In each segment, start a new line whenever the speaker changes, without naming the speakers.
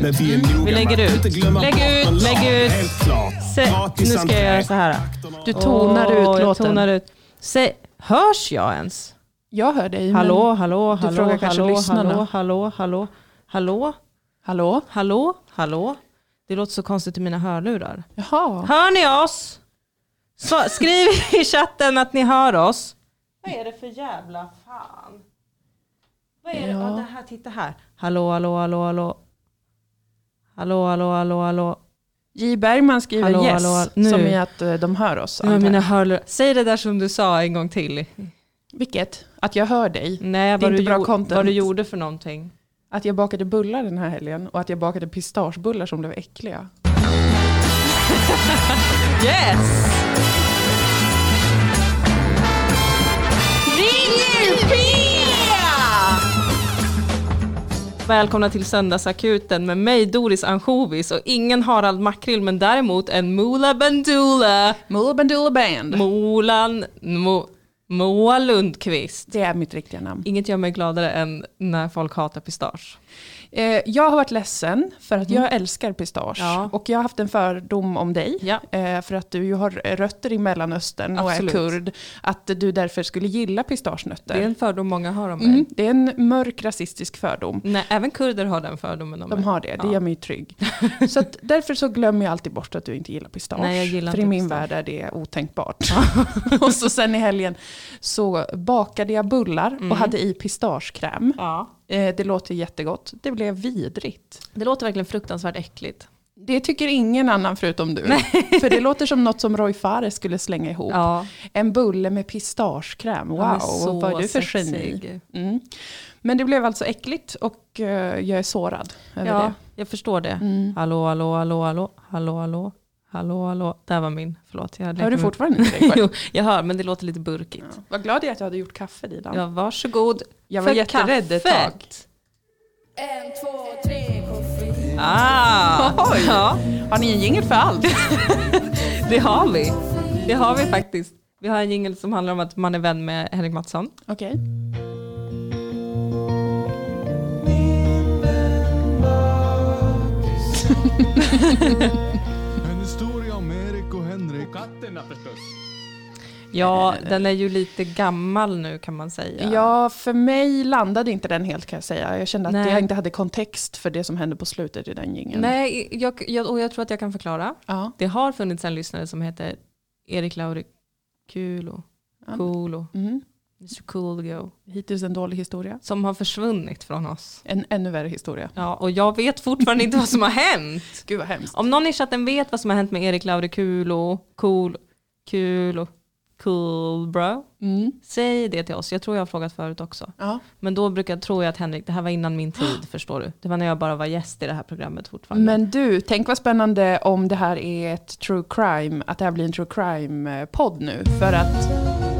Men vi är noga
Vi lägger
med att
ut.
inte glömma
Lägg
bort
ut,
någon
lägg
lag.
ut.
Helt klart.
Sä- nu
Gratis
ska jag
entré.
göra så här.
Du tonar ut
Åh, jag
låten.
Tonar ut. Sä- hörs jag ens?
Jag hör dig. men-
Hallå, hallå,
du
hallå,
frågar kanske
hallå,
lyssnarna.
hallå, hallå, hallå, hallå,
Hallå?
hallå, hallå. Det låter så konstigt i mina hörlurar.
Jaha.
Hör ni oss? Så, skriv i chatten att ni hör oss. Vad är det för jävla fan? Vad är det?
Ja.
Ja. det här, titta här. Hallå, hallå, hallå, hallå. Hallå, hallå, hallå, hallå.
J Bergman skriver
Hallå,
yes,
hallå, hallå. Nu.
som i att eh, de hör oss.
Nu har
antar jag.
mina hörlurar. Säg det där som du sa en gång till.
Vilket? Att jag hör dig.
Nej, vad,
inte
du
bra
gjorde-
content.
vad du gjorde för någonting.
Att jag bakade bullar den här helgen och att jag bakade pistagebullar som blev äckliga.
Yes! Ring UP! Välkomna till Söndagsakuten med mig Doris Anchovis och ingen Harald Makrill men däremot en Moola Bendula.
Moola Bandoola Band.
Molan... Mo, Moa Lundqvist.
det är mitt riktiga namn.
Inget gör mig gladare än när folk hatar pistage.
Eh, jag har varit ledsen för att jag älskar pistage.
Mm. Ja.
Och jag har haft en fördom om dig.
Ja.
Eh, för att du ju har rötter i Mellanöstern
Absolut.
och är kurd. Att du därför skulle gilla pistagenötter.
Det är en fördom många har om mig.
mm, det är en mörk rasistisk fördom.
Nej, även kurder har den fördomen om
De
mig.
har det, det
Ja.
gör mig trygg. Så att därför så glömmer jag alltid bort att du inte gillar pistage.
Nej, jag gillar
för i
inte
min
pistage.
värld är det otänkbart. och så sen i helgen så bakade jag bullar
Mm.
och hade i pistagekräm.
Ja.
Eh, det låter jättegott, det blev vidrigt.
Det låter verkligen fruktansvärt äckligt.
Det tycker ingen annan förutom du. För det låter som något som Roy Fares skulle slänga ihop.
Ja.
En bulle med pistagekräm, wow,
Han är så
vad är du för geni?
sexig.
Mm. Men det blev alltså äckligt och eh, jag är Mm. sårad över
ja,
det.
jag förstår det. Hallå, hallå, hallå, hallå, hallå, hallå, hallå, hallå. Där var min, förlåt. Jag leker
Hör du
med-
fortfarande inte det?
Jo, jag hör, men det låter lite burkigt.
Vad glad jag är att jag hade gjort kaffe Dilan.
Ja, varsågod.
Jag var
för
jätterädd ett
kaffet.
tag.
En, två, tre, koffein.
Ah,
Oj.
Ja,
Har ni en jingel för allt?
det har vi. Det har vi faktiskt. Vi har en jingel som handlar om att man är vän med Henrik Mattsson.
Okej.
En historia om Erik och Henrik. Katterna förstås.
Ja, den är ju lite gammal nu kan man säga.
Äh. Ja, för mig landade inte den helt kan jag säga. Jag kände att
Nej.
jag inte hade kontext för det som hände på slutet i den jingeln.
Nej, jag, jag, och jag tror att jag kan förklara.
Ja.
Det har funnits en lyssnare som heter Erik Lauri Kulo.
Ja.
Kulo.
Mm.
Mr Kulgo.
Hittills en dålig historia.
Som har försvunnit från oss.
En ännu värre historia.
Ja, och jag vet fortfarande inte vad som har hänt.
Gud vad hemskt.
Om någon i chatten vet vad som har hänt med Erik Lauri Kulo, Kul, Kulo, Kulbro,
Mm.
säg det till oss. Jag tror jag har frågat förut också.
Ja.
Men då brukar, tror jag att Henrik, det här var innan min tid, förstår du. Det var när jag bara var gäst i det här programmet fortfarande.
Men du, tänk vad spännande om det här är ett true crime, att det här blir en true crime-podd nu. För att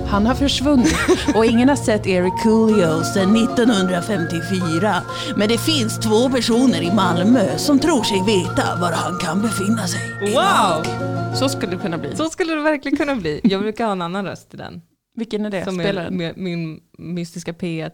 han har försvunnit.
Och ingen har sett Eric Coolio sedan 1954. Men det finns två personer i Malmö som tror sig veta var han kan befinna sig.
wow!
Så skulle det kunna bli.
Så skulle det verkligen kunna bli. Jag brukar ha en annan röst i den.
Vilken är det?
Som
Spelar
är
den?
med, min mystiska P1.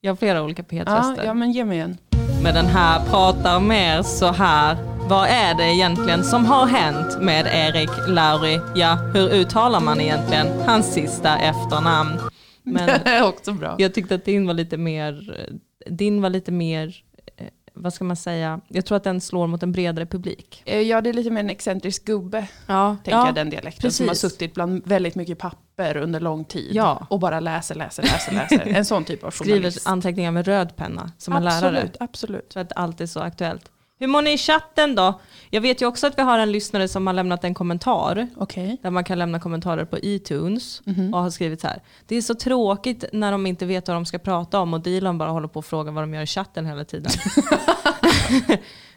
Jag har flera olika
Ja,
P1-röster.
ja, men ge mig en.
Men den här pratar mer så här. Vad är det egentligen som har hänt med Erik Lauri? Ja, hur uttalar man egentligen hans sista efternamn? Men
Det är också bra.
jag tyckte att din var lite mer, din var lite mer, eh, vad ska man säga, jag tror att den slår mot en bredare publik.
Eh, Ja, det är lite mer en excentrisk gubbe,
Ja,
tänker jag, den dialekten. Som har
precis.
suttit bland väldigt mycket papper under lång tid.
Ja.
Och bara läser, läser, läser, läser. En sån typ av
Skriver
journalist.
anteckningar med röd penna som en lärare.
absolut, absolut.
Så att allt är så aktuellt. Hur mår ni i chatten då? Jag vet ju också att vi har en lyssnare som har lämnat en kommentar.
Okej.
Där man kan lämna kommentarer på iTunes. Och har skrivit så här. Det är så tråkigt när de inte vet vad de ska prata om. Och Dilan bara håller på och frågar vad de gör i chatten hela tiden.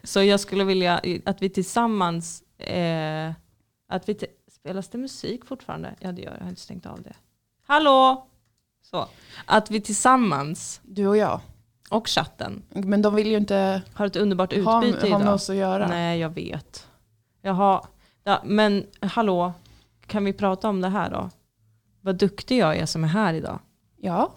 så jag skulle vilja att vi tillsammans. Eh, att vi t- spelas det musik fortfarande? Ja det gör det. Jag har inte stängt av det. Hallå! Så. Att vi tillsammans
Du och jag.
och chatten
Men de vill ju inte
har ett underbart utbyte
ha, ha
idag.
med oss att göra.
Nej, jag vet. Jaha, ja, men hallå, kan vi prata om det här då? Vad duktig jag är som är här idag.
Ja,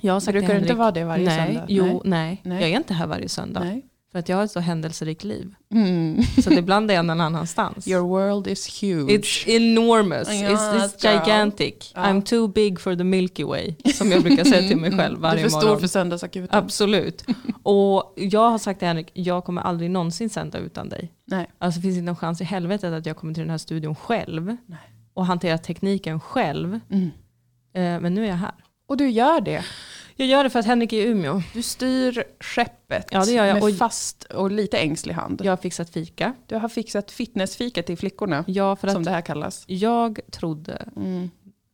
Jag har sagt till
brukar du inte
Henrik-
vara det varje
nej,
söndag?
Jo, nej.
Nej.
jag är inte här varje söndag.
Nej.
För För att jag har ett så händelserikt liv.
Mm.
Så att ibland är jag någon annanstans.
Your world is huge.
It's enormous,
Ja,
it's, it's
girl.
gigantic,
Ja.
I'm too big for the Milky Way. Som jag brukar säga till mig själv
du
varje
är för stor
morgon.
för söndagsakuten.
Absolut. Och jag har sagt till Henrik, jag kommer aldrig någonsin sända utan dig.
Nej.
Alltså det finns inte en chans i helvetet att jag kommer till den här studion själv.
Nej.
Och hantera tekniken själv.
Mm.
Eh, men nu är jag här.
Och du gör det.
Jag gör det för att Henrik är i Umeå.
Du styr skeppet
Ja, det gör jag.
med
Och-
fast och lite ängslig hand.
Jag har fixat fika.
Du har fixat fitnessfika till flickorna,
Ja, för
som
att
det här kallas.
jag trodde
Mm.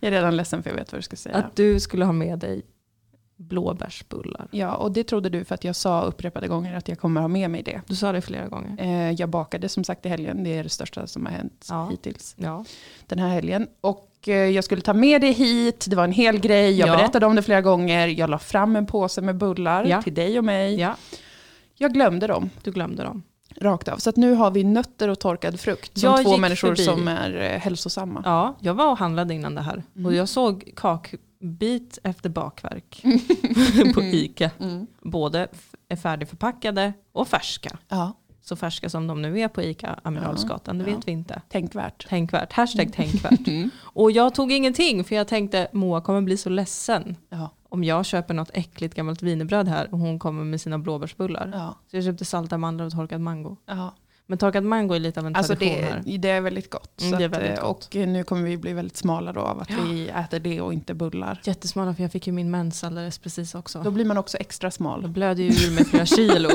jag är redan ledsen för jag vet vad du ska säga.
att du skulle ha med dig blåbärsbullar.
Ja, och det trodde du för att jag sa upprepade gånger att jag kommer ha med mig det.
Du sa det flera gånger.
Eh, Jag bakade som sagt i helgen, det är det största som har hänt
Ja.
hittills
Ja.
den här helgen. Och eh, jag skulle ta med det hit, det var en hel grej, jag
Ja.
berättade om det flera gånger, jag la fram en påse med bullar
Ja.
till dig och mig.
ja,
Jag glömde dem
du glömde dem.
rakt av. Så att nu har vi nötter och torkad frukt som
Jag
två
gick
människor
förbi.
som är eh, hälsosamma.
Ja, jag var och handlade innan det här och jag såg kakbit efter bakverk på ICA. Både f- är färdigförpackade och färska.
Ja.
Så färska som de nu är på ICA Amiralsgatan, det
Ja. Mm.
vet vi inte.
Tänkvärt.
Tänkvärt, hashtag tänkvärt. Och jag tog ingenting för jag tänkte Moa kommer bli så ledsen
Ja.
om jag köper något äckligt gammalt wienerbröd här och hon kommer med sina blåbärsbullar.
Ja.
Så jag köpte salta mandlar och torkad mango.
Ja.
Men torkad mango är lite av Mm. en
Alltså
tradition
det,
här.
det är väldigt gott.
Mm,
så
det är
att,
väldigt
eh,
gott.
Och eh, nu kommer vi bli väldigt smala då av att vi äter det och inte bullar.
Jättesmala för jag fick ju min mens alldeles precis också.
Då blir man också extra
Jag
smal.
blöder ju ur mig flera kilo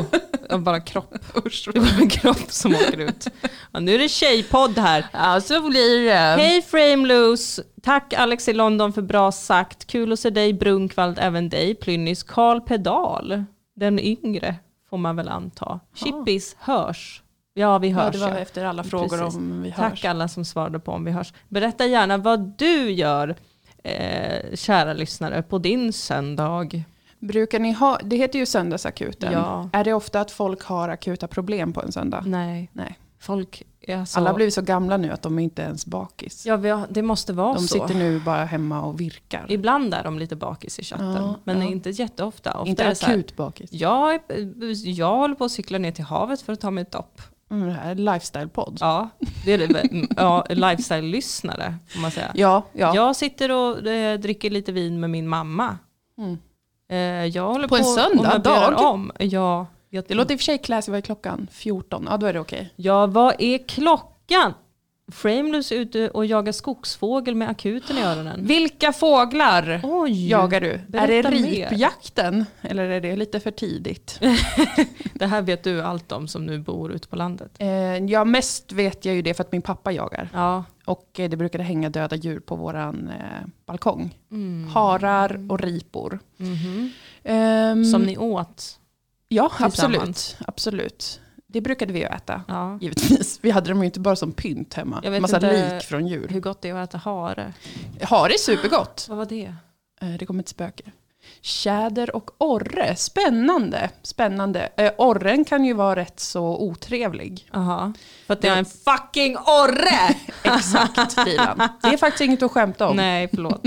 av bara kropp. Det är bara en kropp som åker ut. Ja, nu är det tjejpodd här.
Ja, så blir det.
Hej Frameloose! Tack Alex i London för bra sagt. Kul att se dig Brunkvald, även dig Plynnis. Karl Pedal, den yngre får man väl anta. Chippis, hörs? Ja, vi
Ja,
hörs.
det var
ja.
efter alla frågor
Precis.
om vi hörs.
Tack alla som svarade på om vi hörs. Berätta gärna vad du gör, eh, kära lyssnare, på din söndag.
Brukar ni ha, det heter ju söndagsakuten.
Ja.
Är det ofta att folk har akuta problem på en söndag?
Nej,
Nej.
folk är så...
Alla har blivit så gamla nu att de inte ens bakis.
Ja, vi har- det måste vara
de
så.
sitter nu bara hemma och virkar.
Ibland är de lite bakis i chatten,
Ja,
men
ja.
inte jätteofta. Ofta
inte
är det så här,
akut bakis.
jag, är- jag håller på att cykla ner till havet för att ta mig ett dopp.
Mm, det här är en lifestyle-podd.
Ja, det är det. ja, lifestyle-lyssnare får man säga.
Ja, ja.
Jag sitter och eh, dricker lite vin med min mamma.
Mm.
Eh, jag håller
På en
på och
söndag?
möblerar
Dag?
om. Ja, jag,
Det låter i och för sig classy, vad är klockan? 14? Ja, då är det okej.
ja, vad är klockan? Frameless är ute och jagar skogsfågel med akuten i öronen.
Vilka fåglar
Oj!
jagar du?
Berätta
är det
mer.
ripjakten? Eller är det lite för tidigt?
Det här vet du allt om som nu bor ute på landet.
Eh, ja, mest vet jag ju det för att min pappa jagar.
Ja,
Och eh, det brukade hänga döda djur på våran eh, balkong.
Mm.
Harar och ripor. Ehm,
Mhm. som ni åt.
ja, absolut,
tillsammans.
absolut. Det brukade vi ju äta,
Ja.
givetvis. Vi hade dem ju inte bara som pynt hemma.
Jag vet
Massa
inte-
lik från djur.
Hur gott det är att äta hare.
Hare är supergott.
Vad var det?
Eh, Det kom ett spöke. Tjäder och orre, spännande. spännande. Eh, orren kan ju vara rätt så otrevlig.
Aha. För att det är en fucking orre!
Exakt, Dilan. Typ, Det är faktiskt inget att skämta om.
Nej, förlåt.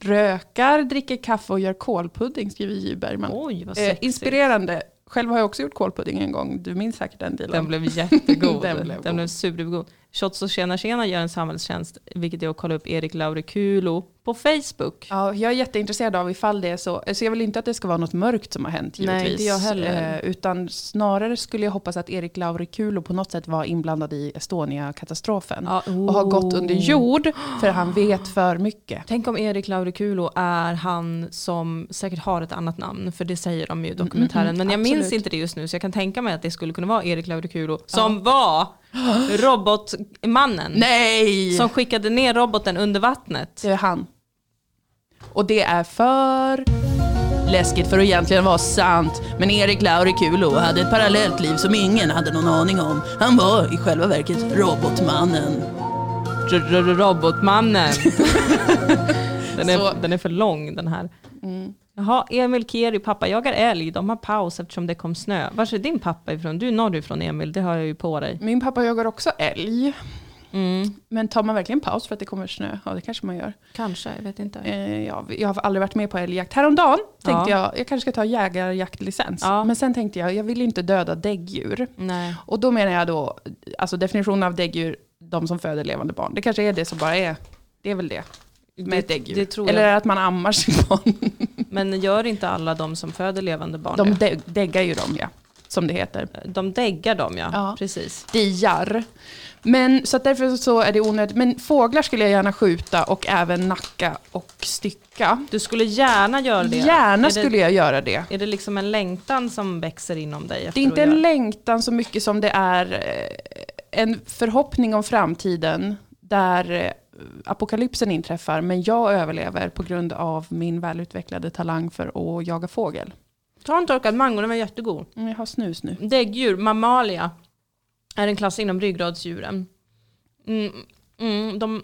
Rökar, dricker kaffe och gör kålpudding, skriver J. Bergman.
Oj, vad
eh,
sexigt.
inspirerande. Själv har jag också gjort kålpudding en gång. Du minns säkert den Dilan.
Den blev jättegod.
Den
den
blev
blev,
god.
supergod. Shots och tjena tjena gör en samhällstjänst, vilket är att kolla upp Erik Laurikulo på Facebook.
Ja, jag är jätteintresserad av ifall det är så. Så jag vill inte att det ska vara något mörkt som har hänt
Nej,
givetvis.
inte jag heller.
Eh, Utan snarare skulle jag hoppas att Erik Laurikulo på något sätt var inblandad i Estonia-katastrofen.
Ja,
Och har gått
oh.
under jord för han vet för mycket.
Tänk om Erik Laurikulo är han som säkert har ett annat namn, för det säger de ju i dokumentären. Men jag minns
absolut.
inte det just nu, så jag kan tänka mig att det skulle kunna vara Erik Laurikulo som var robotmannen.
Nej!
Som skickade ner roboten under vattnet.
Det är han. Och det är för läskigt för att egentligen vara sant.
Men Erik Laurikulo hade ett parallellt liv som ingen hade någon aning om. Han var i själva verket robotmannen.
Robotmannen. den,
Så-
är, den är för lång den här. Mm. Jaha, Emil Keri, pappa jagar älg. De har paus eftersom det kom snö. Var är din pappa ifrån? Du är norrifrån Emil, det hör jag ju på dig.
Min pappa jagar också älg.
Mm.
Men tar man verkligen paus för att det kommer snö? Ja, det kanske man gör.
Kanske, jag vet inte.
Eh, ja, jag har aldrig varit med på älgjakt. Häromdagen tänkte
Ja.
jag, jag kanske ska ta jägarjaktlicens.
Ja.
Men sen tänkte jag, jag vill ju inte döda däggdjur.
Nej.
Och då menar jag då, alltså definitionen av däggdjur, de som föder levande barn. Det kanske är det som bara är, det är väl det. Med ett däggdjur.
det tror jag.
Eller att man ammar sitt barn.
Men gör inte alla de som föder levande barn
De
det?
dägg, däggar ju dem ja, som det heter.
De däggar dem ja,
Ja.
precis.
Diar. Men, så att därför så är det onödigt. Men fåglar skulle jag gärna skjuta och även nacka och stycka.
Du skulle gärna göra det.
Gärna
är
skulle jag göra det.
Det, är det liksom en längtan som växer inom dig?
Det är inte en längtan så mycket som det är eh, en förhoppning om framtiden där eh, apokalypsen inträffar men jag överlever på grund av min välutvecklade talang för att jaga fågel.
Ta en torkad mango, den var jättegod.
Mm, Jag har snus nu.
Däggdjur, mammalia, är en klass inom ryggradsdjuren. Mm, mm, de,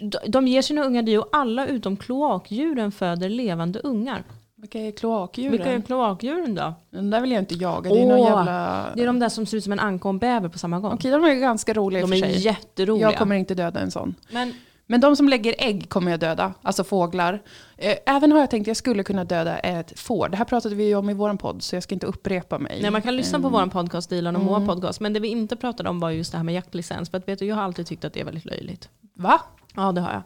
de- de ger sina ungar det och alla utom kloakdjuren föder levande ungar.
Vilka är kloakdjuren?
Vilka är kloakdjuren då?
Den där vill jag inte jaga. Det är någon
Åh,
jävla...
Det är de där som ser ut som en anka och en bäver på samma gång.
Okej, de är ganska roliga i och
De
för
är
sig.
jätteroliga.
Jag kommer inte döda en sån.
Men
Men de som lägger ägg kommer jag döda, alltså fåglar. Eh, Även har jag tänkt att jag skulle kunna döda ett får. Det här pratade vi ju om i vår podd så jag ska inte upprepa mig. Ehm,
Nej, man kan lyssna på vår podcast Dilan och Moa podcast. Men det vi inte pratade om var just det här med jaktlicens. För att vet du, jag har alltid tyckt att det är väldigt löjligt.
Va?
Ja det har jag.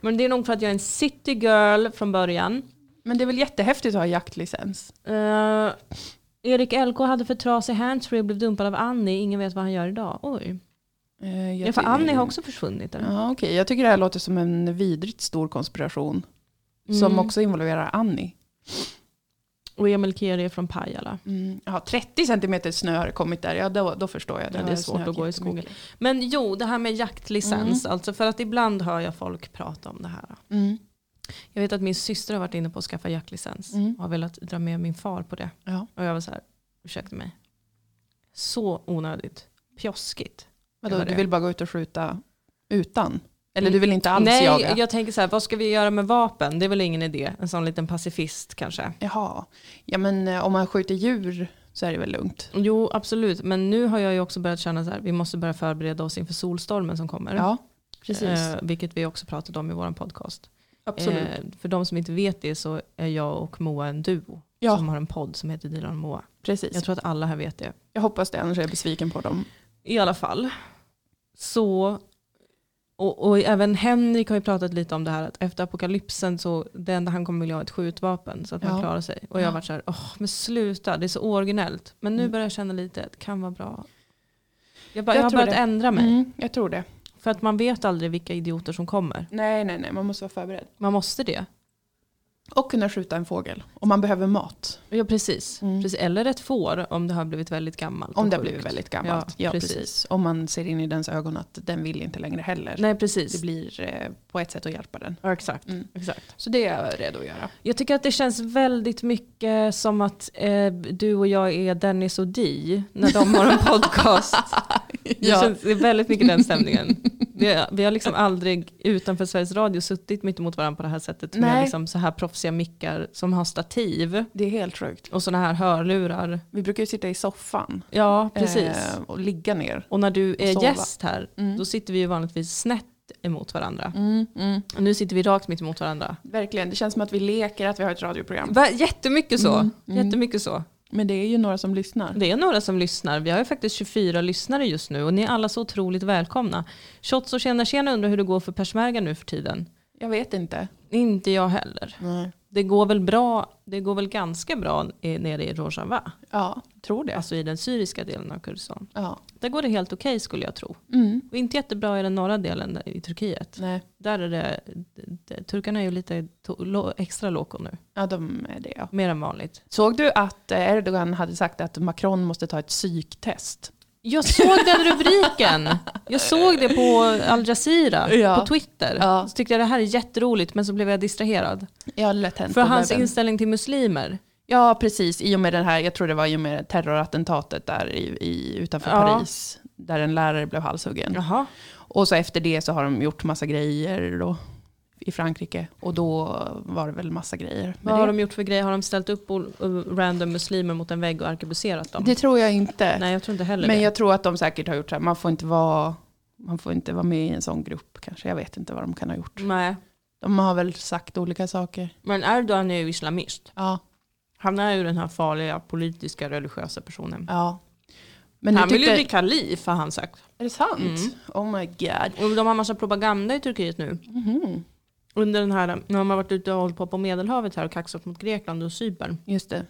Men det är nog för att jag är en city girl från början.
Men det är väl jättehäftigt att ha jaktlicens?
Eh, Erik LK hade för trasig handsfree och blev dumpad av Annie. Ingen vet vad han gör idag. Oj.
Eh, jag
Ja, för
ty-
Annie har också försvunnit. eller?
Ja, okej. Jag tycker det här låter som en vidrigt stor konspiration. Som
Mm.
också involverar Annie.
Och Emil Keri är från Pajala.
Mm. Ja, 30 centimeter snö har det kommit där, ja då, då förstår jag.
Ja,
har
det är svårt att gå i
snöat
skogen.
jättemycket.
Men jo, det här med jaktlicens. Alltså för att ibland hör jag folk prata om det här.
Mm.
Jag vet att min syster har varit inne på att skaffa jaktlicens.
Mm.
Och har velat dra med min far på det.
Ja.
Och jag var så här, ursäkta mig. Så onödigt. Pjoskigt. Det
Vadå,
var det.
du vill bara gå ut och skjuta utan? Eller
Mm.
du vill inte alls
Nej,
jaga?
jag tänker så här, vad ska vi göra med vapen? Det är väl ingen idé. En sån liten pacifist kanske.
Jaha, ja men eh, om man skjuter djur så är det väl lugnt?
Jo, absolut. Men nu har jag ju också börjat känna så här, vi måste börja förbereda oss inför solstormen som kommer.
Ja, precis.
Eh, vilket vi också pratade om i vår podcast.
Absolut.
Eh, för de som inte vet det så är jag och Moa en duo.
Ja.
Som har en podd som heter Dilan och Moa.
precis. Jag,
Jag tror att alla här vet det.
hoppas det, annars är jag besviken på dem.
I alla fall. Så, och, och även Henrik har ju pratat lite om det här att efter apokalypsen så det enda han kommer vilja ha är ett skjutvapen så att man
Ja.
klarar sig. Och jag har varit så här, åh men sluta, det är så originellt. Men nu
Mm.
börjar jag känna lite att det kan vara bra. Jag, bara,
Jag
jag, har
tror
börjat
det.
ändra mig.
Mm, jag tror det.
För att man vet aldrig vilka idioter som kommer.
Nej, nej, nej, man måste vara förberedd.
Man måste det.
Och kunna skjuta en fågel om man behöver mat.
Ja precis. precis. Eller ett får om det har blivit väldigt gammalt.
Mm. Om
och
det har
sjukt.
blivit väldigt gammalt.
Ja,
Ja,
precis.
precis. Om man ser in i dens ögon att den vill inte längre heller.
Nej precis.
Det blir eh, på ett sätt att hjälpa den.
ja, exakt.
Mm.
exakt.
Så det är jag redo att göra.
Jag tycker att det känns väldigt mycket som att eh, du och jag är Dennis och Di när de har en podcast. Det,
Ja.
känns, det är väldigt mycket den stämningen. Vi, har- vi har liksom aldrig utanför Sveriges Radio suttit mitt emot varandra på det här sättet med
Nej.
liksom så här proffsiga mickar som har stativ
Det är helt sjukt.
och sådana här hörlurar.
Vi brukar ju sitta i soffan
Ja, precis.
eh, och ligga ner.
och när du är
sova.
gäst här,
Mm.
då sitter vi ju vanligtvis snett emot varandra. Och nu sitter vi rakt mitt emot varandra.
mm. Verkligen, det känns som att vi leker att vi har ett radioprogram.
Va- Jättemycket så. Jättemycket så.
Men det är ju några som lyssnar.
Det är några som lyssnar. Vi har ju faktiskt 24 lyssnare just nu och ni är alla så otroligt välkomna. Shots och tjena tjena undrar hur det går för persmärga nu för tiden.
Jag vet inte.
Inte jag heller. Det går väl bra, det går väl ganska bra i- nere i Rojava,
Ja, tror det.
alltså i den syriska delen av Kurdistan.
Ja.
Där går det helt okej skulle jag tro.
Mm.
Och inte jättebra i den norra delen där- i Turkiet.
Nej,
Där är det, det turkarna är ju lite to, lo, extra loko nu,
ja, de är det. Ja.
mer än vanligt.
Såg du att eh, Erdogan hade sagt att Macron måste ta ett psyktest?
Jag såg den rubriken. Jag såg det på Al Jazeera
Ja.
på Twitter.
Ja.
Så tyckte jag det här är jätteroligt men så blev jag distraherad.
Ja, lätt hänt.
För
på
hans
webben.
inställning till muslimer.
Ja, precis. I och med den här, jag tror det var i och med terrorattentatet där i, i, utanför
Ja.
Paris, där en lärare blev halshuggen.
Jaha.
Och så efter det så har de gjort massa grejer då, i Frankrike. Och då var det väl massa grejer. med
Vad har
det.
de gjort för grejer? Har de ställt upp ol- uh, random muslimer mot en vägg och arkebuserat dem?
det tror jag inte.
Nej jag tror inte heller
Men
det.
jag tror att de säkert har gjort så här, man får inte vara man får inte vara med i en sån grupp kanske. Jag vet inte vad de kan ha gjort.
Nej.
De har väl sagt olika saker.
Men Erdogan är ju islamist.
Ja,
Han är ju den här farliga politiska religiösa personen.
ja. Men
han
nu
vill ju
tyckte,
bli kalif har han sagt.
är det sant? Oh my god. Mhm.
Och de har massa propaganda i Turkiet nu. Under den här, när de har varit ute och hållit på på Medelhavet här och kaxat mot Grekland och Cypern.
Just det.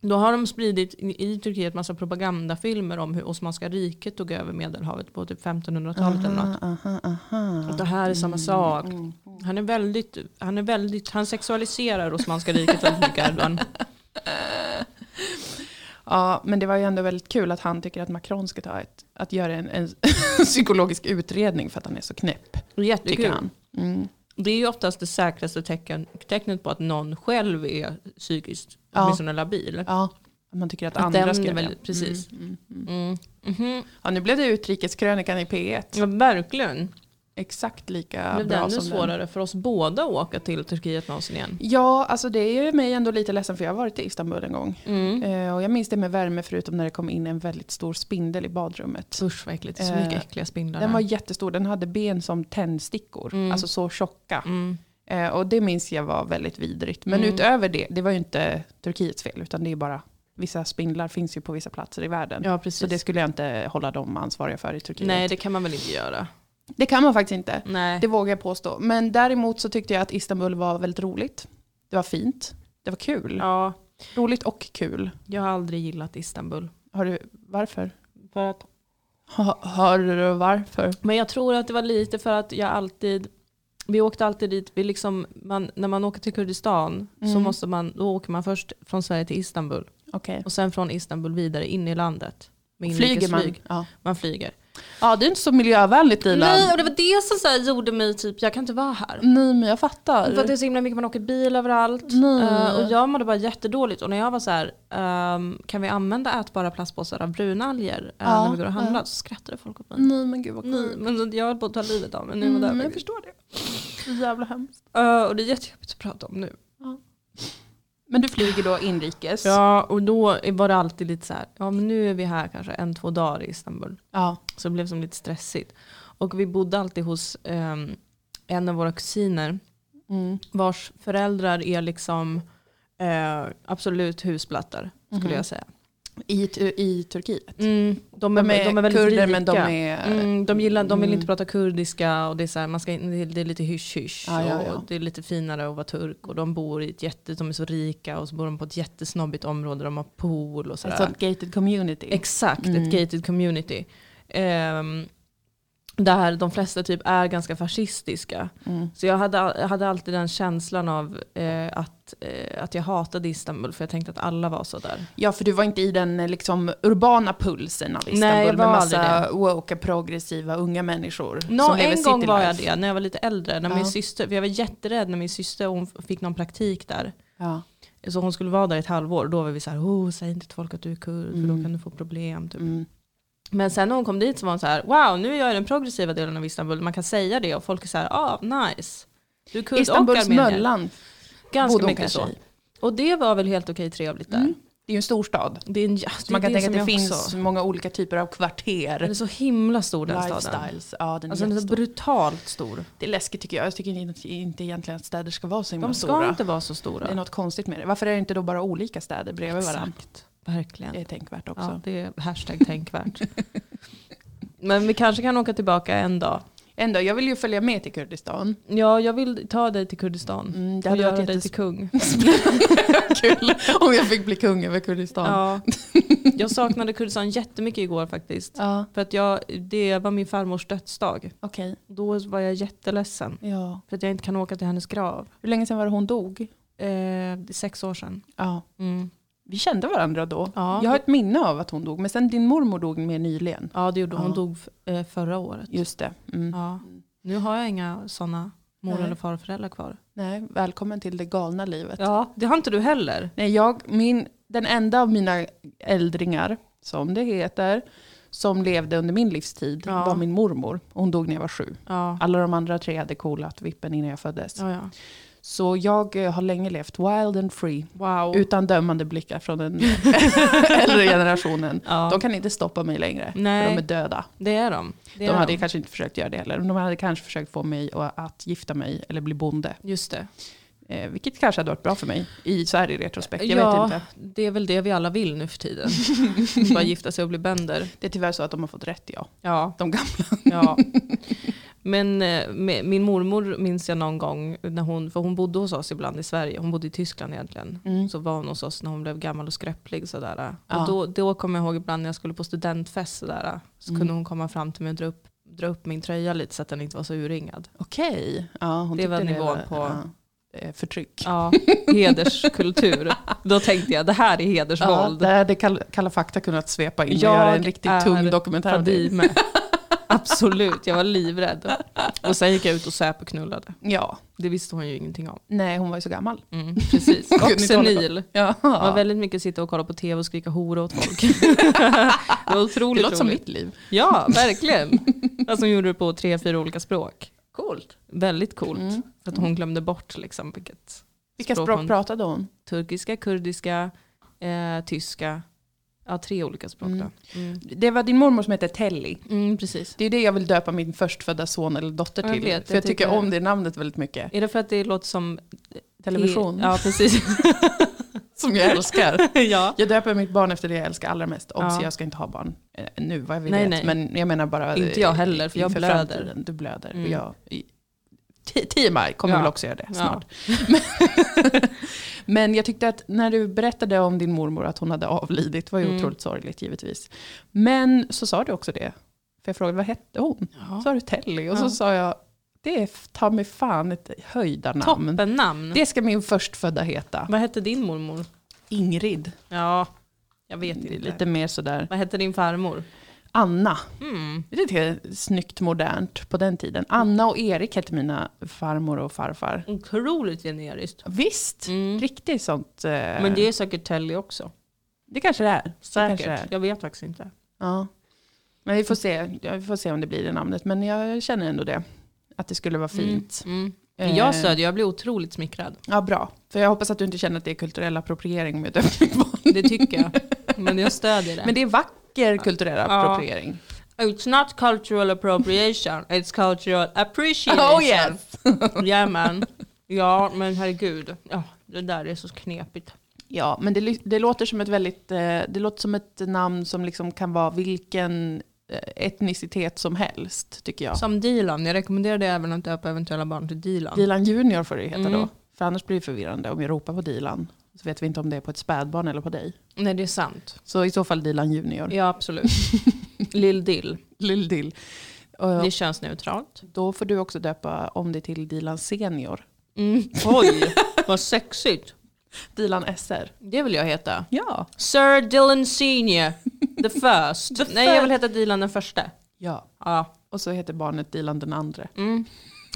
Då har de spridit i i Turkiet massa propagandafilmer om hur Osmanska riket tog över Medelhavet på typ 1500-talet eller något.
Aha, aha.
Och det här är samma sak.
Mm,
Han är väldigt, han är väldigt, han sexualiserar Osmanska riket väldigt mycket Erdogan.
Ja, men det var ju ändå väldigt kul att han tycker att Macron ska ta ett, att göra en, en psykologisk utredning för att han är så knäpp. Tycker
Jättekul.
han. Mm.
Det är ju oftast det säkraste tecken, tecknet på att någon själv är psykiskt
Ja.
åtminstone labil.
Ja, att man tycker att,
Att
andra
den
ska
är
göra
väl-
det.
precis.
Mm, mm, mm.
Mm. Mhm.
Ja, nu blev det utrikeskrönikan i P1.
Ja, verkligen.
Exakt lika
Blev det
bra
ännu
som den.
svårare för oss båda att åka till Turkiet någonsin igen?
Ja, alltså det är ju mig ändå lite ledsen för jag har varit i Istanbul en gång.
Mm.
Eh, och jag minns det med värme förutom när det kom in en väldigt stor spindel i badrummet.
Usch vad äckligt, det är så mycket
Eh,
äckliga spindlar
Den
där.
var jättestor, den hade ben som tändstickor,
Mm.
alltså så tjocka.
mm.
Eh, och det minns jag var väldigt vidrigt. Men
Mm.
utöver det, det var ju inte Turkiets fel, utan det är bara vissa spindlar finns ju på vissa platser i världen.
Ja
Så
precis.
det skulle jag inte hålla dem ansvariga för i Turkiet.
Nej det kan man väl inte göra.
det kan man faktiskt inte.
Nej.
Det vågar jag påstå. Men däremot så tyckte jag att Istanbul var väldigt roligt. Det var fint. Det var kul.
Ja,
Roligt och kul.
jag har aldrig gillat Istanbul.
Har du, varför?
För att...
Ha, har du varför?
Men jag tror att det var lite för att jag alltid, vi åkte alltid dit, vi liksom, man, när man åker till Kurdistan så
Mm.
måste man, då åker man först från Sverige till Istanbul
Okej.
och sen från Istanbul vidare in i landet. Med
Flyger man?
inrikesflyg.
Ja.
Man flyger.
ja, det är inte så miljövänligt Dilan.
Nej och det var det som så här gjorde mig typ, jag kan inte vara här.
Nej, men jag
För att det
fattar.
är så himla mycket, man åker bil överallt.
Nej.
Eh, och jag mådde bara jättedåligt. Och när jag var så här, ehm, kan vi använda ätbara plastpåsar av brunalger eh,
Ja,
när vi går och handlar?
ja.
Så skrattade folk åt mig.
Nej, men gud vad
Mm. Nej,
sjukt.
men så jag höll på att ta livet av mig nu.
Mm,
Mm,
men jag
förstår det.
Så jävla hemskt.
Eh, och det är jättejobbigt att prata om nu.
Men du flyger då inrikes?
Ja, och då var det alltid lite så här, ja men nu är vi här kanske en, två dagar i Istanbul.
ja.
Så det blev som lite stressigt. Och vi bodde alltid hos ehm, en av våra kusiner.
Mm.
vars föräldrar är liksom eh, absolut husplattar skulle
Mhm.
jag säga.
I, tu- I Turkiet?
Mm. de, är,
Mm. De är,
de är väldigt
kurder
rika.
men de är...
Mm, de, gillar, de vill
Mm.
inte prata kurdiska och det är, så här, man ska, in- det är lite hysch-hysch.
Ja, ja, ja.
och Det är lite finare att vara turk och de bor i ett jätte, de är så rika och så bor de på ett jättesnobbigt område, de har pool och
Ett
sådär.
sånt gated community.
Exakt,
Mm.
ett gated community. Ehm, där de flesta typ är ganska fascistiska.
Mm.
Så jag hade, jag hade alltid den känslan av eh, att, eh, att jag hatade Istanbul för jag tänkte att alla var så där.
Ja, för du var inte i den eh, liksom, urbana pulsen av Istanbul
Nej, jag
med
var aldrig
massa woke, progressiva unga människor.
Nå,
lever
en gång
city
var jag
life.
det, när jag var lite äldre. När
Ja.
min syster, för jag var jätterädd när min syster hon fick någon praktik där.
Ja.
Så hon skulle vara där i ett halvår. Då var vi så här, oh, säg inte till folk att du är kurd för då kan du få problem. Typ.
Mm.
Men sen när hon kom dit så var hon så här, wow, nu är jag i den progressiva delen av Istanbul. Man kan säga det och folk är så här, ah, nice. Du är kurd
Istanbuls
och armenier.
möllan bodde
Ganska
hon
mycket
kanske
så.
i.
Och det var väl helt okej trevligt där.
Det är ju en stor stad.
Det är en, ja,
Så Mm. man kan
Mm. det
tänka att
som
det
jag
finns
också-
många olika typer av
Den
kvarter.
är så himla stor den staden.
Lifestyles. Ja, den är
Alltså den är så
jättestor.
brutalt stor.
det är läskigt tycker jag. Jag tycker inte, inte egentligen att städer ska vara så himla
De ska
stora.
inte vara så
Det är
stora.
något konstigt med det. Varför är det inte då bara olika städer bredvid varandra?
Exakt, verkligen.
Det är tänkvärt också.
Ja, det är hashtag tänkvärt. Men vi kanske kan åka tillbaka en dag.
Ändå, jag vill ju följa med till Kurdistan.
Ja, jag vill ta dig till Kurdistan.
Mm, det
och
hade
göra
varit
dig till kung.
jättekul om jag fick bli kung över Kurdistan.
Ja. Jag saknade Kurdistan jättemycket igår faktiskt.
Ja,
För att jag, det var min farmors dödsdag.
okej.
Då var jag jätteledsen.
Ja.
För att jag inte kan åka till hennes grav.
Hur länge sedan var det hon dog?
Eh, det är sex år sedan.
Ja.
Mm.
Vi kände varandra då.
Ja.
Jag har ett minne av att hon dog, men sen din mormor dog mer nyligen.
Ja, det gjorde hon.
Ja.
Hon dog eh, förra året.
Just det. Mm.
Ja. Nu har jag inga sådana mor
Nej.
eller farföräldrar kvar.
Nej, välkommen till det galna livet.
Ja, det har inte du heller.
Nej, jag, min, den enda av mina äldringar, som det heter, som levde under min livstid
Ja.
var min mormor. Hon dog när jag var sju.
Ja.
Alla de andra tre hade kolat vippen innan jag föddes.
Ja, ja.
Så jag eh, har länge levt wild and free.
Wow.
Utan dömande blickar från den äldre generationen.
Ja.
De kan inte stoppa mig längre,
Nej.
för de är döda.
Det är de. Det är
De hade kanske inte försökt göra det heller. men De hade kanske försökt få mig att- att gifta mig eller bli bonde.
Just det.
Eh, vilket kanske hade varit bra för mig i, så här i retrospekt. Jag
ja,
vet inte.
det är väl det vi alla vill nu för tiden. Bara gifta sig och bli bönder.
Det är tyvärr så att de har fått rätt, ja.
Ja.
De gamla.
Ja. Men eh, med, min mormor minns jag någon gång, när hon, för hon bodde hos oss ibland i Sverige, hon bodde i Tyskland egentligen.
Mm.
Så var hon hos oss när hon blev gammal och skröplig. Sådär.
Ja.
Och då, då kommer jag ihåg ibland när jag skulle på studentfest sådär, så
Mm.
kunde hon komma fram till mig och dra upp, dra upp min tröja lite så att den inte var så urringad.
Okej. Ja, hon
Det
tyckte
var nivån på-
ja, eh, förtryck.
Ja, hederskultur. då tänkte jag, det här är
Ja,
hedersvåld.
där hade Kalla, Kalla fakta kunnat svepa in och
Jag
göra en riktigt tung
är
dokumentär om
Hade
dig.
med. Absolut, jag var livrädd. Och sen gick jag ut och söp och knullade.
Ja,
Det visste hon ju ingenting om.
nej hon var ju så gammal.
Mm, precis.
Kunde
Och
inte hålla på.
senil.
Ja.
Det var väldigt mycket sitta och kolla på tv och skrika hora åt folk. det var
det
otroligt
låter som
roligt.
mitt liv.
Ja, verkligen. Alltså hon gjorde det på tre, fyra olika språk.
Coolt.
Väldigt coolt.
Mm.
Att hon glömde bort liksom vilket
Vilka
språk
språk,
hon-
pratade hon?
turkiska, kurdiska, eh, tyska. Ja, tre olika språk
Mm.
då. Mm.
Det var din mormor som hette Telly.
Mm, precis.
Det är det jag vill döpa min förstfödda son eller dotter
Ja, jag
till.
vet,
för
jag
jag tycker
tycker-
om det namnet väldigt mycket.
Är det för att det låter som...
Television.
Ja, precis.
Som jag älskar.
ja.
Jag döper mitt barn efter det jag älskar allra mest. Obs,
Ja.
jag ska inte ha barn eh, nu vad vi
Nej,
vet.
nej.
Men jag menar bara... eh,
Inte jag heller, för jag
inför
blöder.
framtiden. Du blöder.
Mm.
Och jag, i, ti- 10 maj kommer
Ja.
jag väl också göra det
Ja.
snart. Men, men jag tyckte att när du berättade om din mormor att hon hade avlidit, var ju
Mm.
otroligt sorgligt givetvis. Men så sa du också det. För jag frågade, vad hette hon? Så sa du Telly.
Ja.
Och så sa jag, det är f- ta mig fan ett höjdarnamn.
Toppennamn.
Det ska min förstfödda heta.
Vad hette din mormor?
Ingrid.
Ja, jag vet
Mm, Det
inte.
är lite mer sådär.
Vad hette din farmor?
Anna.
Mm.
Det är lite snyggt modernt på den tiden. Anna och Erik hette mina farmor och farfar.
Otroligt generiskt.
Visst,
Mm.
riktigt sånt. eh,
Men det är säkert Telly också.
det kanske det är.
Säkert.
Det kanske det är.
Jag vet faktiskt inte.
Ja. Men vi får, se. Ja, vi får se om det blir det namnet. Men jag känner ändå det. Att det skulle vara fint.
Mm.
Eh,
Jag stödjer, jag blir otroligt smickrad.
Ja, bra. För jag hoppas att du inte känner att det är kulturell appropriering med döpning barn.
Det tycker jag. Men jag stödjer det.
Men det är vacker kulturell
Ja.
appropriering.
It's not cultural appropriation, it's cultural appreciation.
Oh, yes.
Jajamän. Ja, men herregud. Ja, det där är så knepigt.
Ja, men det, ly- det låter som ett väldigt, eh, det låter som ett namn som liksom kan vara vilken eh, etnicitet som helst, tycker jag.
Som Dilan, jag rekommenderar dig även att döpa eventuella barn till Dilan.
Dilan Junior får det ju heta
Mm.
då. För annars blir det förvirrande om vi ropar på Dilan. Så vet vi inte om det är på ett spädbarn eller på dig.
Nej, det är sant.
Så i så fall Dilan Junior.
Ja, absolut. Lill Dill.
Lill Dill. Och
Det känns neutralt.
då får du också döpa om det till Dilan Senior.
Mm. Oj, vad sexigt.
Dilan SR.
Det vill jag heta.
Ja.
Sir Dylan Senior, the first. Nej, jag
first.
vill heta Dylan den första.
Ja.
Ja,
Och så heter barnet Dilan den andre.
mm.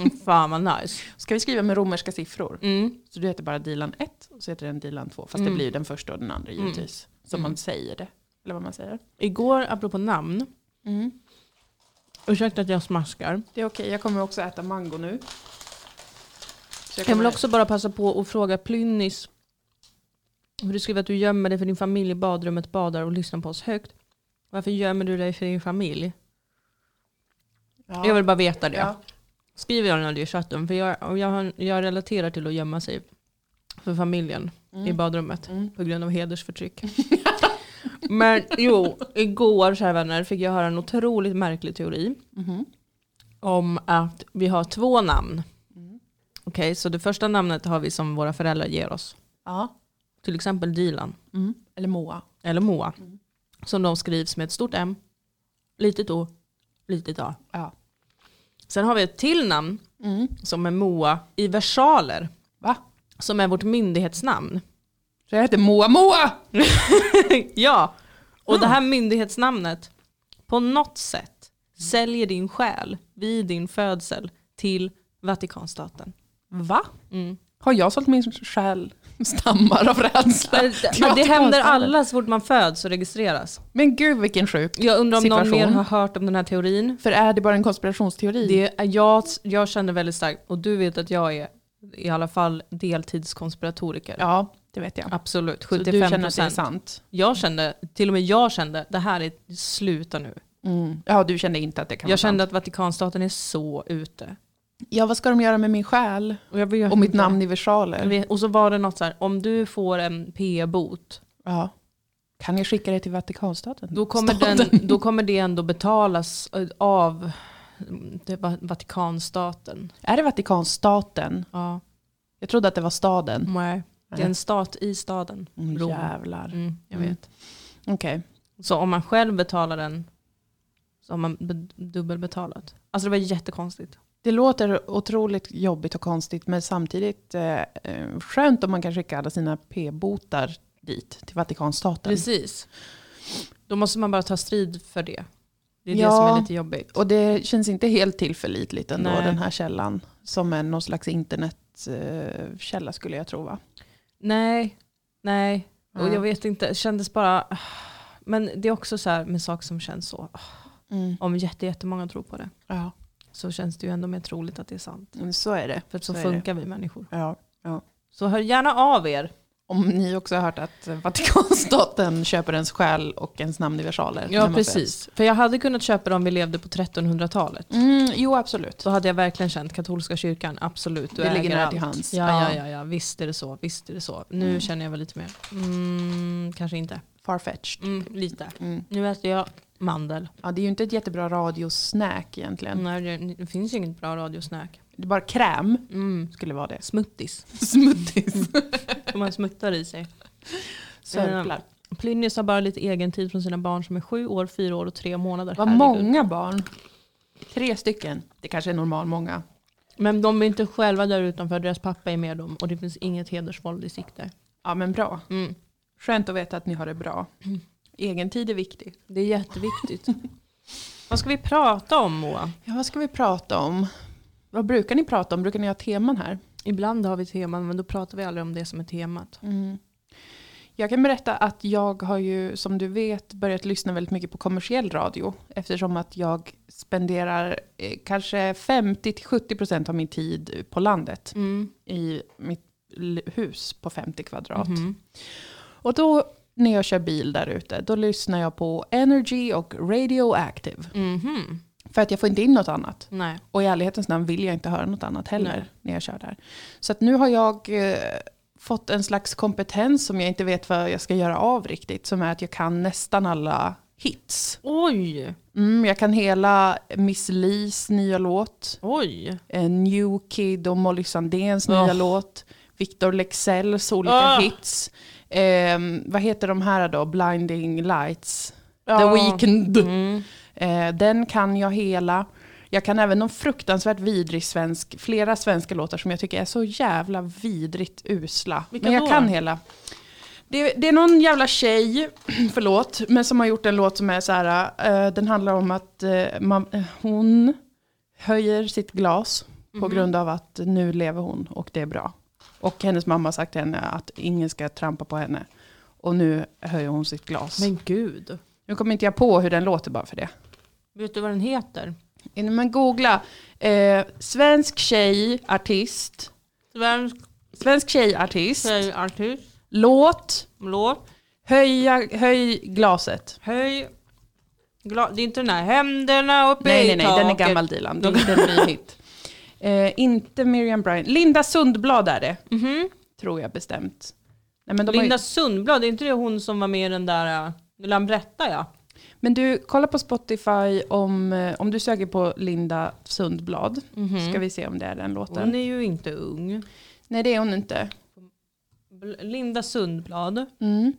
Mm, Fan vad nice.
Ska vi skriva med romerska siffror?
Mm.
Så du heter bara Dilan 1 och så heter den Dilan 2. Fast det blir ju den första och den andra givetvis. Som man säger det. Eller vad man säger.
Igår, apropå namn, ursäkta att jag smaskar.
Mm. Det är okej, jag kommer också äta mango nu. Så
Jag vill också bara passa på att fråga Plynnis, för du skriver att du gömmer dig för din familj i badrummet, badar och lyssnar på oss högt. Varför gömmer du dig för din familj?
Ja.
Jag vill bara veta det.
Ja.
Skriver jag den i chatten, för jag, jag, har- jag relaterar till att gömma sig för familjen i badrummet
Mm.
på grund av hedersförtryck. Men jo, igår kära vänner fick jag höra en otroligt märklig teori
Mm.
om att vi har två namn.
Mm.
Okej, så det första namnet har vi som våra föräldrar ger oss.
ja.
Till exempel Dilan
Mm. Eller Moa.
eller Moa. Som de skrivs med ett stort M, litet O, litet A.
Ja.
Sen har vi ett till namn som är Moa i versaler.
Va?
Som är vårt myndighetsnamn.
Så jag heter Moa Moa!
ja, och det här myndighetsnamnet på något sätt säljer din själ vid din födsel till Vatikanstaten.
Va?
Mm.
Har jag sålt min själ? Stammar av rädsla.
Men
till
det händer
Vatikanstaten.
alla så fort man föds och registreras.
Men gud vilken sjuk.
Jag undrar om någon mer
Situation.
har hört om den här teorin.
För är det bara en konspirationsteori?
Det är, jag, jag känner väldigt starkt, och du vet att jag är i alla fall deltidskonspiratoriker.
Ja, det vet jag.
Absolut,
Så du
75
känner att det är
procent.
sant?
Jag kände, till och med jag kände, det här är, sluta nu.
Mm. Ja, du kände inte att det kan vara
Jag kände att Vatikanstaten är så ute.
sant? Ja, vad ska de göra med min själ?
Och, jag vet
Och mitt
inte.
namn i
Jag
versaler?
vet- Och så var det något så här, om du får en p-bot,
Ja. Kan jag skicka det till Vatikanstaten?
då kommer, den, då kommer det ändå betalas eh, av mm, det var Vatikanstaten.
Är det Vatikanstaten?
Ja.
Jag trodde att det var staden.
Nej. Det är en stat i staden.
Mm,
Rom.
jävlar.
Mm, jag
Mm.
vet.
Okej.
Så om man själv betalar den så har man be- dubbelbetalat. Alltså det var jättekonstigt.
Det låter otroligt jobbigt och konstigt men samtidigt eh, eh, skönt om man kan skicka alla sina p-botar dit, till Vatikanstaten.
Precis. Då måste man bara ta strid för det. Det är
Ja.
det som är lite jobbigt.
Och det känns inte helt tillförlitligt ändå,
Nej.
den här källan. Som är någon slags internetkälla eh, skulle jag tro va?
Nej, nej.
Mm.
Och jag vet inte, det kändes bara... Men det är också så här med saker som känns så. Om jätte, jättemånga tror på det
Mm. Ja,
så känns det ju ändå mer troligt att det är sant.
men så är det.
För så,
Så är
funkar vi människor.
Ja.
Så hör gärna av er.
Om ni också har hört att eh, Vatikanstaten köper ens själ och ens namn i versaler. när
Ja,
man
precis. För jag hade kunnat köpa det om vi levde på 1300-talet.
föds. Mm, jo, absolut.
Då hade jag verkligen känt katolska kyrkan, absolut. Du
Det
äger
ligger nära till
allt.
hands.
Ja, ja,
Ja.
ja, ja, visst är det så. Visst är det så. Nu känner jag väl lite mer, mm, kanske inte.
Farfetched.
Mm, lite.
Mm.
Nu äter jag mandel.
Ja, det är ju inte ett jättebra radiosnack egentligen.
Nej, Mm, det, det finns ju inget bra radiosnack.
Det är bara kräm
Mm.
skulle vara det. Mm.
Smuttis,
Smuttis.
som man smuttar i sig.
Sörplar.
Plinius har bara lite egen tid från sina barn som är sju år, fyra år och tre månader.
Vad
Herregud.
många barn. Tre stycken. Det kanske är normal många.
Men de är inte själva där utanför, deras pappa är med dem och det finns inget hedersvåld i sikte.
Ja, men bra.
Mm.
Skönt att veta att ni har det bra. Egen tid är viktig.
Det är jätteviktigt. Vad ska vi prata om Moa?
Ja, vad ska vi prata om? Vad brukar ni prata om? Brukar ni ha teman här?
Ibland har vi teman men då pratar vi aldrig om det som är temat.
Jag kan berätta att jag har ju, som du vet, börjat lyssna väldigt mycket på kommersiell radio. Eftersom att jag spenderar eh, kanske 50-70% av min tid på landet.
Mm.
I mitt l- hus på 50 kvadrat.
Mm-hmm. Mhm.
Och då när jag kör bil där ute, då lyssnar jag på Energy och Radioactive.
Mhm.
För att jag får inte in något annat.
Nej.
Och i ärlighetens namn vill jag inte höra något annat heller
Nej.
när jag kör där. Så att nu har jag eh, fått en slags kompetens som jag inte vet vad jag ska göra av riktigt. Som är att jag kan nästan alla hits.
Oj,
Mm, jag kan hela Miss Lees nya låt,
oj.
eh, New Kid och Molly Sandéns nya
Åh.
låt, Victor Leksells olika
Ah.
hits. Ehm, vad heter de här då? Blinding Lights, The
Ja.
Weeknd.
Ah. Mm.
Eh, den kan jag hela. Jag kan även någon fruktansvärt vidrig svensk, flera svenska låtar som jag tycker är så jävla vidrigt usla.
Vilka
men jag
då?
kan hela. Det, det är någon jävla tjej, förlåt, men som har gjort en låt som är så här, eh, den handlar om att eh, man, eh, hon höjer sitt glas på grund av att nu lever hon och det är bra. Och hennes mamma har sagt till henne att ingen ska trampa på henne. Och nu höjer hon sitt glas.
Men gud.
Nu kommer inte jag på hur den låter bara för det.
Vet du vad den heter?
In- Men googla eh, svensk tjej, artist,
Svensk
svensk tjej, artist,
tjejartist,
låt,
låt,
höja, höj glaset.
höj. Gla- det är inte den här händerna uppe
Nej, nej,
i
nej, den är
taket.
gammal Dilan, det är inte en ny hit. Eh, inte Miriam Bryant, Linda Sundblad är det,
Mhm.
tror jag bestämt. Nej, men, de har
Linda
ju,
Sundblad, det är inte det hon som var med i den där uh, Lambretta ja?
men du, kolla på Spotify om, eh, om du söker på Linda Sundblad, ska vi se om det är den låten.
Mhm. Hon är ju inte ung.
Nej, det är hon inte.
Bl- Linda Sundblad.
Mm.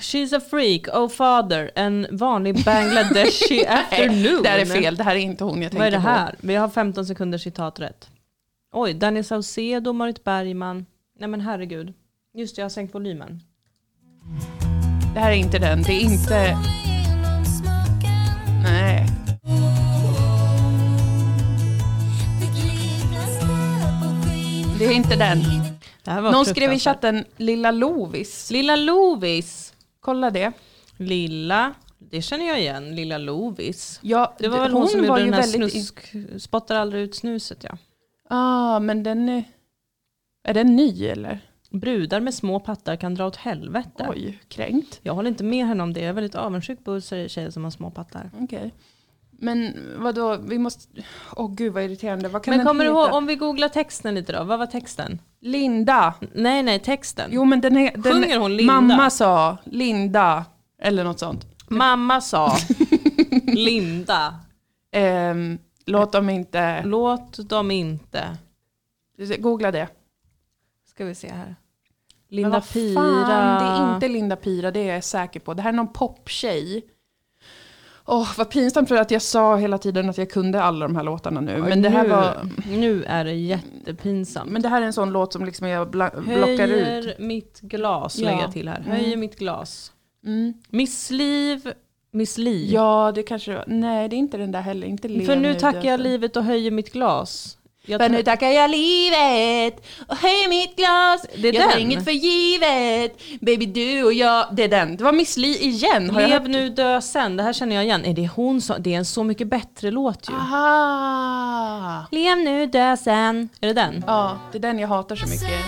She's a freak, oh father, en vanlig Bangladeshi afternoon.
Det här är fel, det här är inte hon jag tänker
Vad är det
på.
här? Vi har 15 sekunder citat rätt. Oj, Danny Saucedo, Marit Bergman. Nej men herregud. Just det, jag har sänkt volymen.
Det här är inte den, det är inte... Nej. Det är inte den.
Det här var
Någon skrev i
fruktansvärt.
chatten Lilla Lovis.
Lilla Lovis.
Kolla det.
Lilla, det känner jag igen, Lilla Lovis.
Ja,
Det var väl hon, som
var
gjorde
ju
den där
väldigt-
snusk... Spottar aldrig ut snuset ja.
Ah, men den är... Är den ny eller?
Brudar med små pattar kan dra åt helvete.
Oj, kränkt.
Jag håller inte med henne om det. Jag är väldigt avundsjuk på tjejer som har små pattar.
Okej. Men vadå, vi måste... Åh gud vad irriterande. Vad kan
Men
den
kommer du
heta?
ihåg, om vi googlar texten lite då, vad var texten?
Linda.
Nej, nej, texten.
Jo men den är... Den
Mm. Sjunger hon Linda?
Mamma sa Linda. Eller något sånt.
Mamma sa, Linda,
Ehm, låt dem inte...
låt dem inte.
Googla det.
Ska vi se här.
Men
Linda
vad
Pira.
Fan, det är inte Linda Pira, det är jag säker på. Det här är någon poptjej. Åh, vad pinsamt för att jag sa hela tiden att jag kunde alla de här låtarna nu. Men det här,
nu,
var,
nu är det jättepinsamt.
men det här är en sån låt som liksom jag bla- blockar ut.
Höjer mitt glas,
Ja.
lägger jag till här. Höjer mitt glas.
Mm.
Miss Liv, Miss Li.
Ja, det kanske det var. Nej, det är inte den där heller. Inte alltså. Lev
För nu tackar jag
döden.
livet och höjer mitt glas. Jag
För
tror-
nu tackar jag livet och höjer mitt glas.
Det är
jag tar
den.
inget för givet. Baby du och jag.
Det är den. Det var Miss Li igen. Har jag hört?
Lev nu, dö sen. Det här känner jag igen. Är det hon som, det är en Så mycket bättre låt ju.
Aha!
Ah. Lev nu, dö sen. Är det den?
Ja, det är den jag hatar så mycket.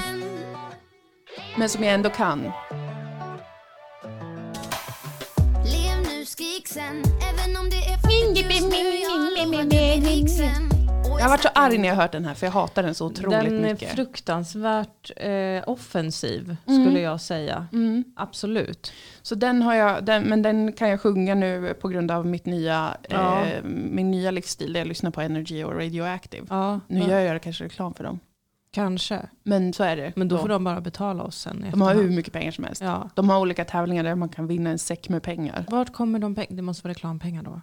Men som jag ändå kan.
Lev nu, skrik sen Även om det är fattigt just nu Jag har lovat dig vixen
Jag har varit så arg när jag har hört den här för jag hatar den så otroligt
Den är
mycket.
fruktansvärt eh, offensiv
Mm.
skulle jag säga. Absolut.
Så den har jag, den, men den kan jag sjunga nu på grund av mitt nya,
Ja.
eh, min nya livsstil där jag lyssnar på Energy och Radioactive.
Ja,
Nu
ja.
gör jag kanske reklam för dem,
Kanske.
men så är det.
Men då får de bara betala oss sen. i
de har hur
efterhand.
mycket pengar som helst.
Ja.
De har olika tävlingar där man kan vinna en säck med pengar.
Vart kommer de pengarna? Det måste vara reklampengar då.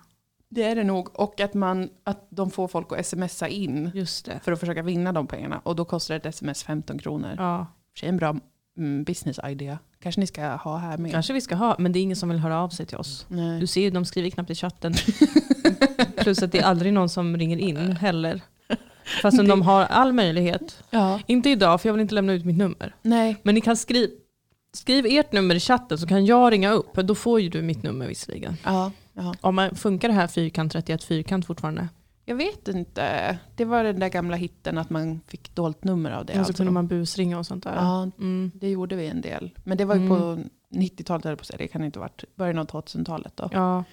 Det är det nog. Och att, man, att de får folk att smsa in
Just det.
för att försöka vinna de pengarna. Och då kostar ett sms 15 kronor. Ja.
Ja.
Det är en bra mm, business idea. Kanske ni ska ha här med.
Kanske vi ska ha, men det är ingen som vill höra av sig till oss.
Nej.
Du ser ju, de skriver knappt i chatten. Plus att det är aldrig någon som ringer in heller. Fastän de har all möjlighet.
Ja.
Inte idag, för jag vill inte lämna ut mitt nummer.
Nej.
Men ni kan skriva, skriv ert nummer i chatten så kan jag ringa upp. Då får ju du mitt nummer visserligen.
Ja. ja.
Om man, funkar det här fyrkant 31 fyrkant fortfarande?
Jag vet inte. Det var den där gamla hitten att man fick dolt nummer av det.
Ja, så
alltså.
kunde man busringa och sånt där.
Ja,
Mm.
det gjorde vi en del. Men det var ju
Mm.
på 90-talet, höll jag på att säga. det kan inte ha varit början av 2000-talet då.
Ja,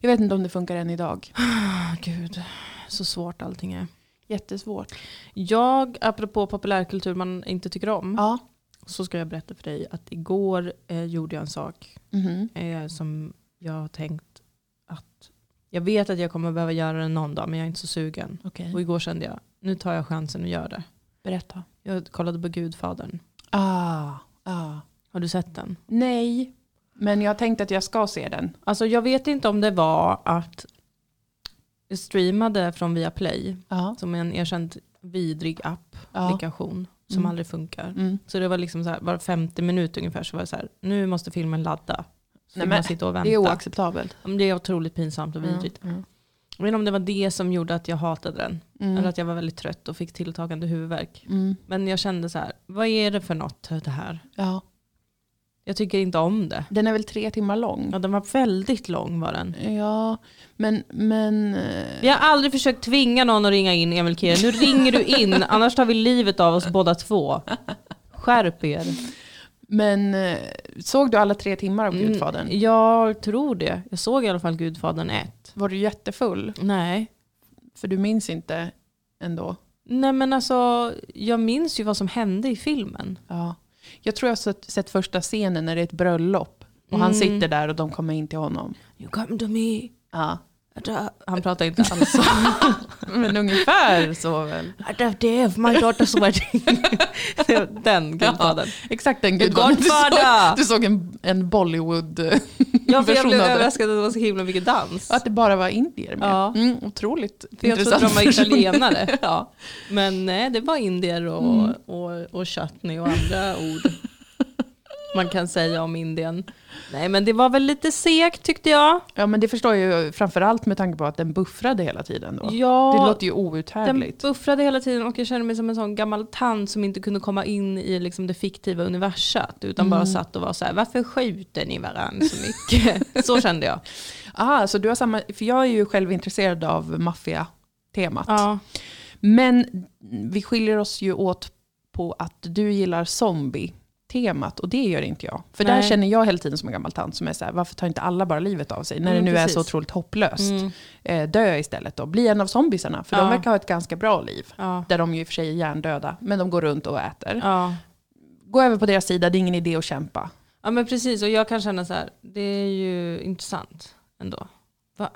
Jag vet inte om det funkar än idag.
ah, gud. Så svårt allting är.
Jättesvårt.
Jag, apropå populärkultur man inte tycker om,
Ja.
så ska jag berätta för dig att igår eh, gjorde jag en sak
Mhm.
eh, som jag har tänkt att jag vet att jag kommer behöva göra den någon dag men jag är inte så sugen.
Okej.
Och igår kände jag, nu tar jag chansen och gör det.
Berätta.
Jag kollade på Gudfadern.
Ah, ah.
Har du sett den?
Nej, men jag tänkte att jag ska se den.
Alltså jag vet inte om det var att jag streamade från Viaplay
Ja.
som är en erkänd vidrig app,
Ja.
applikation som
Mm.
aldrig funkar.
Mm.
Så det var liksom så här, var 50 minuter ungefär så var det så här, nu måste filmen ladda. Så
Nej,
fick
men
man sitta och vänta.
Det är oacceptabelt.
Ja, men det är otroligt pinsamt och vidrigt.
Mm.
Jag vet inte om det var det som gjorde att jag hatade den.
Mm.
Eller att jag var väldigt trött och fick tilltagande huvudvärk.
Mm.
Men jag kände så här, vad är det för något det här?
Ja.
Jag tycker inte om det.
Den är väl tre timmar lång?
Ja, den var väldigt lång var den.
Ja, men... men eh,
Vi har aldrig försökt tvinga någon att ringa in Emil Kira. Nu ringer du in, annars tar vi livet av oss båda två. Skärp er.
Men eh, såg du alla tre timmar av Gudfadern?
Mm, Jag tror det. Jag såg i alla fall Gudfadern 1.
Var du jättefull?
Nej.
För du minns inte ändå?
Nej men alltså, jag minns ju vad som hände i filmen.
Ja. Jag tror jag har sett, sett första scenen när det är ett bröllop. Och han
Mm.
sitter där och de kommer in till honom.
You come to me.
Ja.
Han pratar inte alls så.
Men ungefär så väl?
Out of death, my daughter's wedding. Det var Den Gudfadern.
Exakt den
Gudfadern.
Du såg,
Godfather!
du såg en, en
Jag blev
Bollywood-version av det.
överraskad att det var så himla mycket dans.
Och att det bara var indier med.
Ja.
Mm, otroligt
För jag trodde de var
version.
italienare. ja. Mm. Men nej, det var indier och, och, och chutney och andra ord man kan säga om Indien. Nej men det var väl lite segt tyckte jag.
Ja men det förstår jag ju framförallt med tanke på att den buffrade hela tiden då.
Ja,
Det låter ju
den
outhärdligt.
buffrade hela tiden och jag kände mig som en sån gammal tant som inte kunde komma in i liksom det fiktiva universat utan bara satt och var så här, varför skjuter ni varandra så mycket? så kände jag.
Ah, så du har samma, för jag är ju själv intresserad av maffia-temat.
Ja.
Men vi skiljer oss ju åt på att du gillar zombie-temat och det gör inte jag. För där
Nej.
känner jag hela tiden som en gammal tant som är så här, varför tar inte alla bara livet av sig? När
Mm,
det nu är
precis.
så otroligt hopplöst.
Mm.
Eh, dö istället då, bli en av zombisarna. För de
Ja.
verkar ha ett ganska bra liv.
Ja.
Där de ju i och för sig är hjärndöda, men de går runt och äter.
Ja.
Gå över på deras sida, det är ingen idé att kämpa.
ja men precis och jag kan känna så här, det är ju intressant ändå. Va?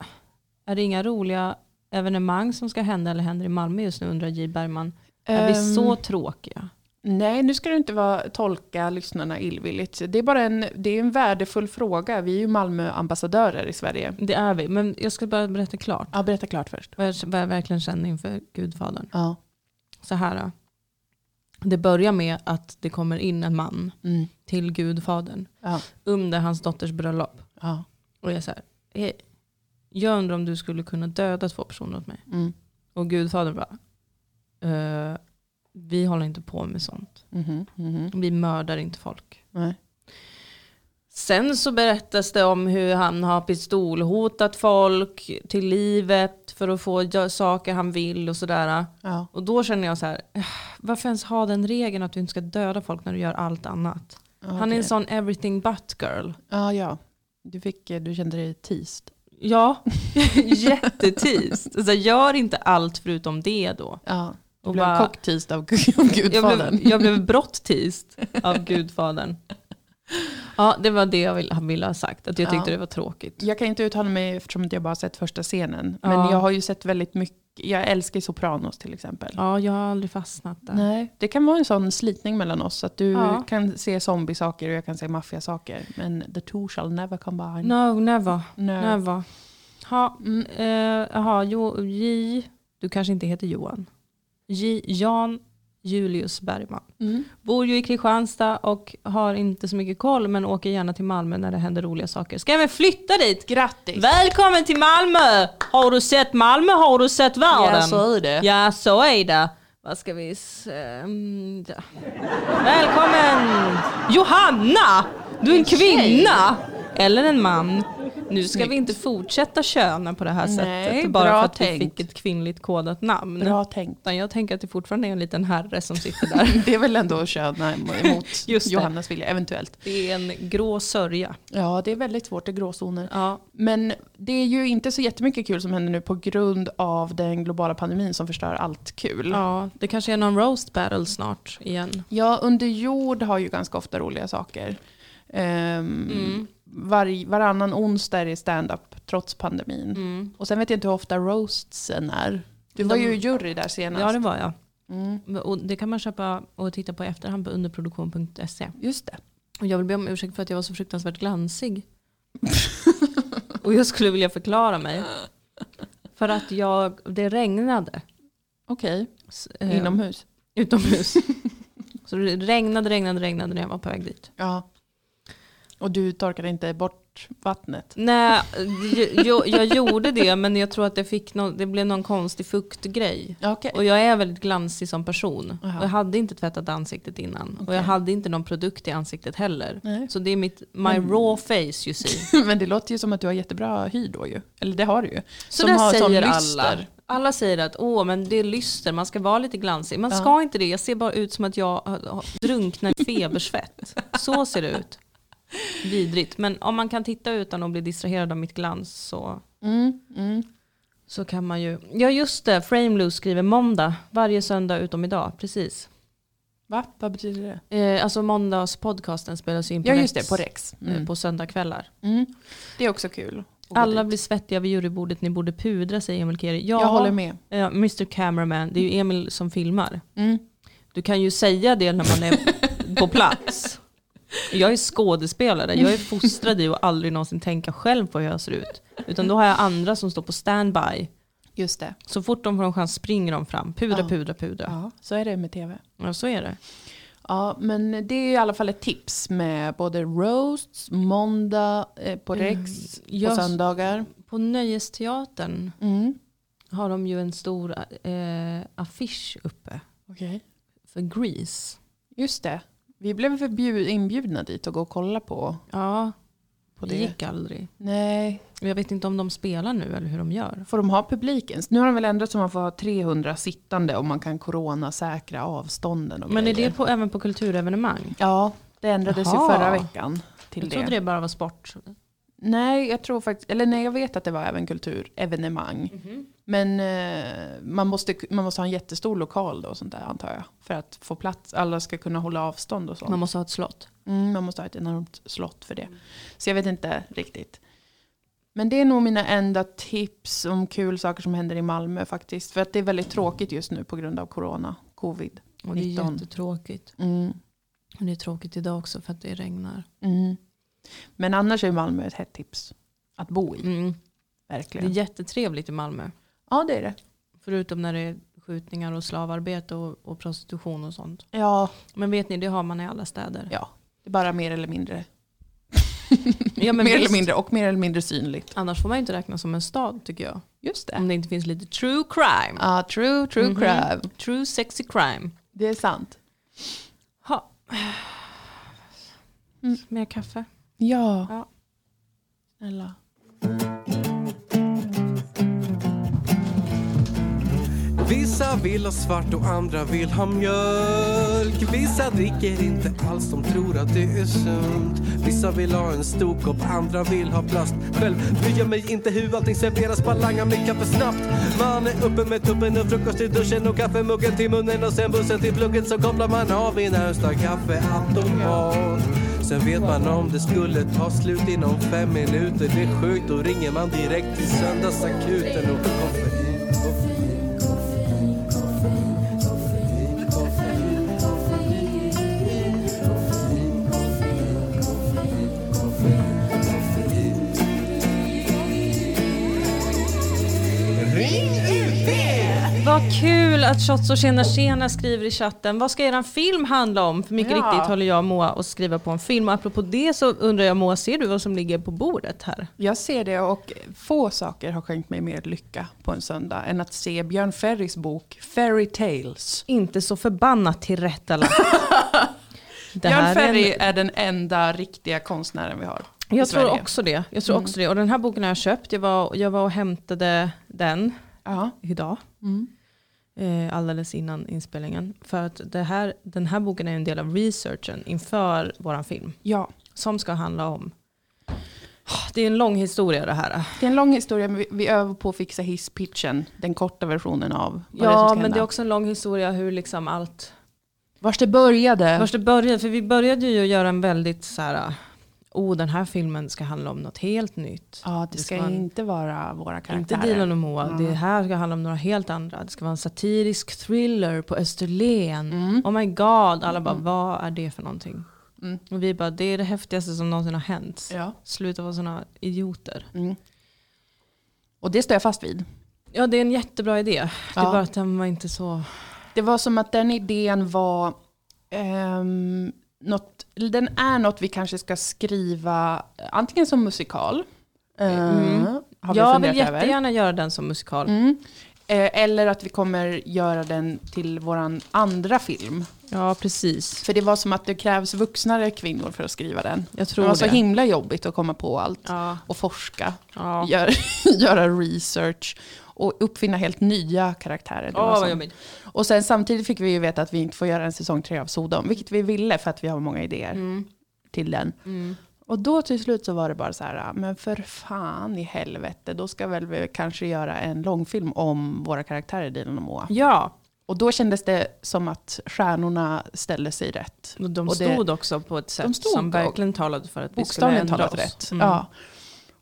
Är det inga roliga evenemang som ska hända eller händer i Malmö just nu undrar J Bergman. Är vi
Ehm,
så tråkiga?
Nej, nu ska du inte vara, tolka lyssnarna illvilligt. Det är bara en, det är en värdefull fråga. Vi är ju Malmöambassadörer i Sverige.
Det är vi, men jag ska bara berätta klart.
Ja, berätta klart först.
Vad jag, vad jag verkligen känner inför Gudfadern.
Ja.
Så här. då. Det börjar med att det kommer in en man
Mm.
till Gudfadern
Ja.
under hans dotters bröllop.
Ja.
Och jag är så här, "Hej, jag undrar om du skulle kunna döda två personer åt mig.
Mm.
Och Gudfadern bara, "Eh, vi håller inte på med sånt.
Mhm. Mhm.
Vi mördar inte folk.
Nej.
Sen så berättas det om hur han har pistolhotat folk till livet för att få gö- saker han vill och sådär.
Ja.
Och då känner jag så här, "Eh, varför ens ha den regeln att du inte ska döda folk när du gör allt annat? Han är en
Okej.
sån everything but girl.
Ja, ja. Du, fick, eh, du kände dig teased.
Ja, jätteteased. Alltså, gör inte allt förutom det då.
Ja. Du
Och
blev
bara-
cockteased av gu- av
Jag
Gudfadern.
blev, jag blev brott-teased av gudfadern. Ja, det var det jag vill- han ville ha sagt. Att jag tyckte
Ja.
det var tråkigt.
Jag kan inte uttala mig eftersom att jag bara har sett första scenen.
Ja.
Men jag har ju sett väldigt mycket. Jag älskar ju Sopranos till exempel.
Ja, jag har aldrig fastnat där.
Nej, det kan vara en sån slitning mellan oss. Att du
Ja.
kan se zombiesaker och jag kan se maffiasaker. Men the two shall never combine.
No, never.
No.
Never. Ha,
Mm.
eh, jaha, jo, J, du kanske inte heter Johan. J, Jan Julius Bergman.
Mm.
Bor ju i Kristianstad och har inte så mycket koll men åker gärna till Malmö när det händer roliga saker. Ska jag väl flytta dit?
Grattis!
Välkommen till Malmö! Har du sett Malmö har du sett världen.
Ja, så är det.
Ja, så är det. Vad ska vi se? Mm, ja. Välkommen! Johanna! Du är en kvinna! Eller en man. Nu ska vi inte fortsätta köna på det här
Nej,
sättet bara
bra
för att vi
tänkt.
fick ett kvinnligt kodat namn.
Bra tänkt.
Utan jag tänker att det fortfarande är en liten herre som sitter där.
Det är väl ändå att köna emot
Just det.
Johannas vilja, eventuellt.
Det är en grå sörja.
Ja, det är väldigt svårt i gråzoner.
Ja.
Men det är ju inte så jättemycket kul som händer nu på grund av den globala pandemin som förstör allt kul.
ja, det kanske är någon roast battle snart igen.
Ja, under jord har ju ganska ofta roliga saker. Ehm, varg- varannan onsdag är det stand-up trots pandemin. Och sen vet jag inte hur ofta roastsen är. Du var
De-
ju jury där senast. Mm.
Ja det var jag. Och det kan man köpa och titta på i efterhand på underproduktion.se.
Just det.
Och jag vill be om ursäkt för att jag var så fruktansvärt glansig. och jag skulle vilja förklara mig. För att jag, det regnade.
Okej,
S- eh,
inomhus.
Utomhus. så det regnade, regnade, regnade när jag var på väg dit.
Ja. Och du torkade inte bort vattnet?
Nej, jag, jag, jag gjorde det men jag tror att det, fick någon, det blev någon konstig fuktgrej.
Ja, Okej.
Och jag är väldigt glansig som person.
Jaha.
Och jag hade inte tvättat ansiktet innan. Och jag hade inte någon produkt i ansiktet heller.
Nej.
Så det är mitt my raw face you see.
Men det låter ju som att du har jättebra hy då ju. Eller det har du ju.
Så
Som
det
har sån
säger alla.
lyster.
Alla säger att åh men det är lyster, man ska vara lite glansig. Man
Ja.
ska inte det, jag ser bara ut som att jag har- har drunknar i febersvett. så ser det ut. Vidrigt. Men om man kan titta utan att bli distraherad av mitt glans så
Mm, mm.
Så kan man ju. Ja just det, Frameloose skriver måndag varje söndag utom idag. Precis.
Va? Vad betyder det?
Eh, alltså måndagspodcasten spelas ju in på
Ja
Rex,
just det, på Rex.
eh,
Mm.
på söndagkvällar.
Mm. Det är också kul. att gå
Alla
dit.
blir svettiga vid jurybordet, ni borde pudra säger Emil Keri. Ja,
Jag håller med.
eh, Mr Cameraman, det är ju Emil som filmar.
Mm.
Du kan ju säga det när man är på plats. Jag är skådespelare, jag är fostrad i att aldrig någonsin tänka själv på hur jag ser ut. Utan då har jag andra som står på standby.
Just det.
Så fort de får en chans springer de fram. Pudra,
Ja.
pudra, pudra.
Ja, så är det med tv.
Ja, så är det.
Ja, men det är i alla fall ett tips med både roasts, måndag eh, på Rex,
jag-
på söndagar.
På Nöjesteatern
Mm.
har de ju en stor eh, affisch uppe
Okej.
för Grease.
Just det. Vi blev förbjud- inbjudna dit och gå och kolla på
Ja,
på
Det
det.
gick aldrig.
Nej,
Jag vet inte om de spelar nu eller hur de gör.
får de ha publiken? Nu har de väl ändrat så man får ha 300 sittande och man kan coronasäkra avstånden och
Men är
grejer.
det på, även på kulturevenemang?
Ja, det ändrades
Jaha.
ju förra veckan till
Jag
det.
trodde det bara var sport.
Nej, jag tror faktiskt, eller nej, jag vet att det var även kulturevenemang.
Mm-hmm.
Men eh, man, måste, man måste ha en jättestor lokal då, och sånt där antar jag. För att få plats, alla ska kunna hålla avstånd och sånt.
Man måste ha ett slott.
Mm, man måste ha ett enormt slott för det.
Mm.
Så jag vet inte riktigt. Men det är nog mina enda tips om kul saker som händer i Malmö faktiskt. För att det är väldigt tråkigt just nu på grund av corona, covid.
Och det är
19.
jättetråkigt.
Mm.
Och det är tråkigt idag också för att det regnar.
Mm. Men annars är Malmö ett hett tips att bo i,
Mm. Det är
verkligen.
jättetrevligt i Malmö.
Ja, det är det.
Förutom när det är skjutningar och slavarbete och, och prostitution och sånt.
Ja,
Men vet ni, det har man i alla städer.
Ja, det är bara mer eller mindre.
Ja, men
mer eller
visst.
mindre och mer eller mindre synligt.
Annars får man ju inte räkna som en stad tycker jag.
Just det.
Om det inte finns lite true crime.
Ja, true, true
Mm. Mhm.
crime.
True sexy crime.
Det är sant.
Ha. Mer kaffe.
Ja.
Ja.
Snälla.
Vissa vill ha svart och andra vill ha mjölk Vissa dricker inte alls, de tror att det är sunt Vissa vill ha en stor kopp, andra vill ha plast Själv bryr jag mig inte hur allting serveras, bara langar mitt kaffe snabbt Man är uppe med tuppen och frukost i duschen och kaffemuggen till munnen och sen bussen till plugget så kopplar man av i närmsta kaffeautomat Sen vet man om det skulle ta slut inom fem minuter Det är sjukt, då ringer man direkt till söndagsakuten och koffein
Vad kul att Shots och tjena tjena skriver i chatten. Vad ska eran film handla om? För mycket
Ja.
riktigt håller jag och Moa och skriva på en film. Och apropå det så undrar jag Moa, ser du vad som ligger på bordet här?
Jag ser det och få saker har skänkt mig mer lycka på en söndag än att se Björn Ferrys bok Fairy Tales.
Inte så förbannat tillrättalagt. Det
Björn
här är en-
Ferry är, den enda riktiga konstnären vi har i
Jag tror
Sverige. Mm.
också det. Jag tror också det. Och den här boken har jag köpt. Jag var, jag var och hämtade den
Ja.
idag.
Mm.
Eh, alldeles innan inspelningen. För att det här, den här boken är en del av researchen inför vår film.
ja,
Som ska handla om... Ah, Det är en lång historia det här. eh,
det är en lång historia men vi, vi övar på att fixa hisspitchen, den korta versionen av vad det är som
Ja,
ska
men
hända.
det är också en lång historia hur liksom allt...
Vars det började.
Först det började, för vi började ju göra en väldigt så här... Oh, den här filmen ska handla om något helt nytt.
Ja, det
Det
ska
ska vara en-
inte vara våra
Inte
karaktärer.
Dilan och Moa, det här ska handla om några helt andra. Det ska vara en satirisk thriller på Österlen. Oh my god, alla bara vad är det för någonting? Och vi bara det är det häftigaste som någonsin har hänt.
Ja.
Sluta vara sådana idioter.
Och det står jag fast vid.
Ja det är en jättebra idé, det är
Ja.
bara att den var inte så...
Det var som att den idén var ehm, något, den är något vi kanske ska skriva antingen som musikal, eh,
mm.
har vi
jag
funderat
vill
över.
jättegärna göra den som musikal.
Mm. Eh, eller att vi kommer göra den till vår andra film.
Ja precis,
För det var som att det krävs vuxnare kvinnor för att skriva den.
jag tror
det var så
det.
himla jobbigt att komma på allt
ja.
och forska,
Ja.
gör, göra research och uppfinna helt nya karaktärer. Det var
Åh vad
som-
jobbigt.
Och sen samtidigt fick vi ju veta att vi inte får göra en säsong tre av Sodom, vilket vi ville för att vi har många idéer till den.
Mm.
Och då till slut så var det bara så här, ah, men för fan i helvete, då ska väl vi kanske göra en långfilm om våra karaktärer Dilan och Moa.
Ja,
Och då kändes det som att stjärnorna ställde sig rätt.
och de
Och det-
stod också på ett sätt
stod
som
och-
verkligen talade för att vi skulle
Bokstavligen
ändra
talat
oss.
rätt.
Mm.
Ja.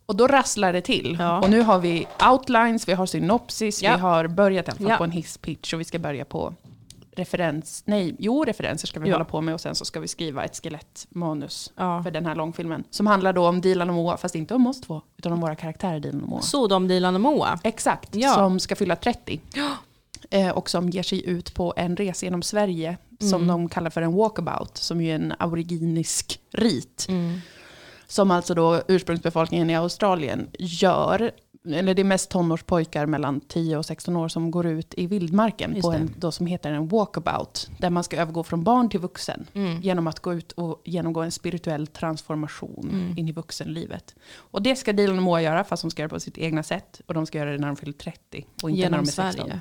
Och då rasslar det till.
Ja.
Och nu har vi outlines, vi har synopsis,
Ja.
vi har börjat i alla fall
Ja.
på en hisspitch och vi ska börja på referens, nej, jo referenser ska vi
Ja.
hålla på med och sen så ska vi skriva ett skelettmanus
Ja.
för den här långfilmen. Som handlar då om Dilan och Moa, fast inte om oss två, utan om våra karaktärer Dilan och Moa.
Sodom, Dilan och Moa.
Exakt,
Ja.
som ska fylla 30. Eh, och som ger sig ut på en resa genom Sverige
Mm.
som de kallar för en walkabout, som ju är en aboriginisk
Mm.
rit. Som alltså då ursprungsbefolkningen i Australien gör eller det är mest tonårspojkar mellan 10 och 16 år som går ut i vildmarken
Just
på
det.
en då som heter en walkabout. Där man ska övergå från barn till vuxen
Mm.
genom att gå ut och genomgå en spirituell transformation
Mm.
in i vuxenlivet. Och det ska Dilan och Moa göra, fast de ska göra det på sitt egna sätt. Och de ska göra det när de fyller 30 och inte
Genom
när de är 16.
Sverige.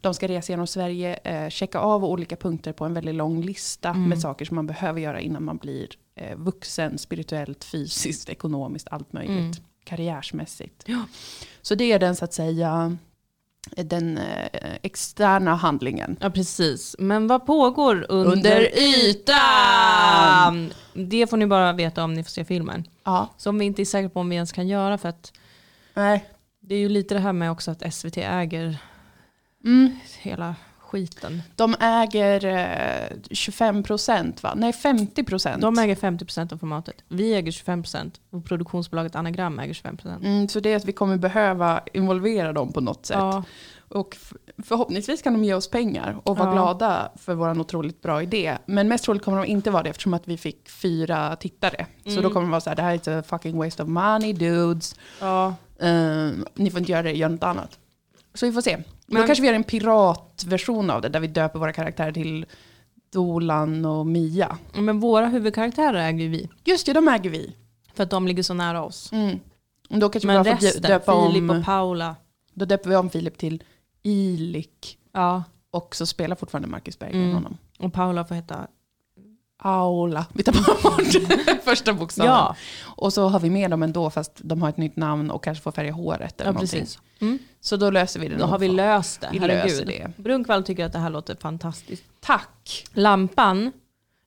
De ska resa genom Sverige, eh, checka av olika punkter på en väldigt lång lista
Mm.
med saker som man behöver göra innan man blir eh, vuxen, spirituellt, fysiskt, ekonomiskt, allt möjligt.
Mm.
Karriärsmässigt. Så det är den så att säga eh, den eh, externa handlingen.
Ja precis, men vad pågår under,
Under
ytan? Det får ni bara veta om ni får se filmen.
Ja.
Som vi inte är säkra på om vi ens kan göra för att
Nej.
det är ju lite det här med också att SVT äger hela skiten.
Mm, De äger eh, 25 procent va? Nej 50 procent.
De äger 50% av formatet, vi äger 25% och produktionsbolaget Anagram äger 25%.
mm, så det är att vi kommer behöva involvera dem på något sätt.
Ja,
Och f- förhoppningsvis kan de ge oss pengar och vara
Ja.
glada för vår otroligt bra idé. Men mest troligt kommer de inte vara det eftersom att vi fick fyra tittare. Så då
Mm.
kommer de vara så här, det här är ett eh, fucking waste of money dudes.
ja.
Ehm, ni får inte göra det, gör något annat. Så vi får se.
Men-
då kanske vi gör en piratversion av det där vi döper våra karaktärer till Dolan och Mia.
Men våra huvudkaraktärer äger ju vi.
Just det, de äger vi.
För att de ligger så nära oss.
Mm. Och Då kanske
Men
vi bara får dö-
resten,
döpa
Filip
om,
och Paula.
då döper vi om Filip till Ilik.
Ja,
Och så spelar fortfarande Marcus Berggren
Mm.
honom.
och Paula får heta...
Aula. Vi tar bara bort första bokstaven.
Ja,
Och så har vi med dem ändå fast de har ett nytt namn och kanske får färga håret eller
ja
någonting.
precis. Mm.
Så då löser vi det.
Då har vi
någon form.
löst det.
Vi
Herregud.
löser det.
Brunkvall tycker att det här låter fantastiskt.
Tack!
Lampan,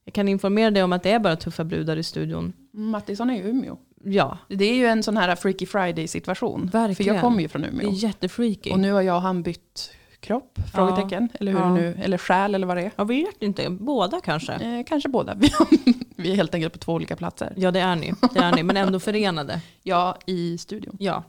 jag kan informera dig om att det är bara tuffa brudar i studion.
Mattisson är ju Umeå.
Ja,
Det är ju en sån här Freaky Friday-situation. För
Verkligen.
jag kommer ju från
det är
Umeå.
jättefreaky.
Och nu har jag och han bytt kropp? Frågetecken. Eller hur
Ja.
det nu, eller själ eller vad det
Jag vet inte, båda kanske.
är. Eh, kanske båda. Vi, vi är helt enkelt på två olika platser.
Ja det är ni, det är ni men ändå förenade.
Ja, i studion.
Ja.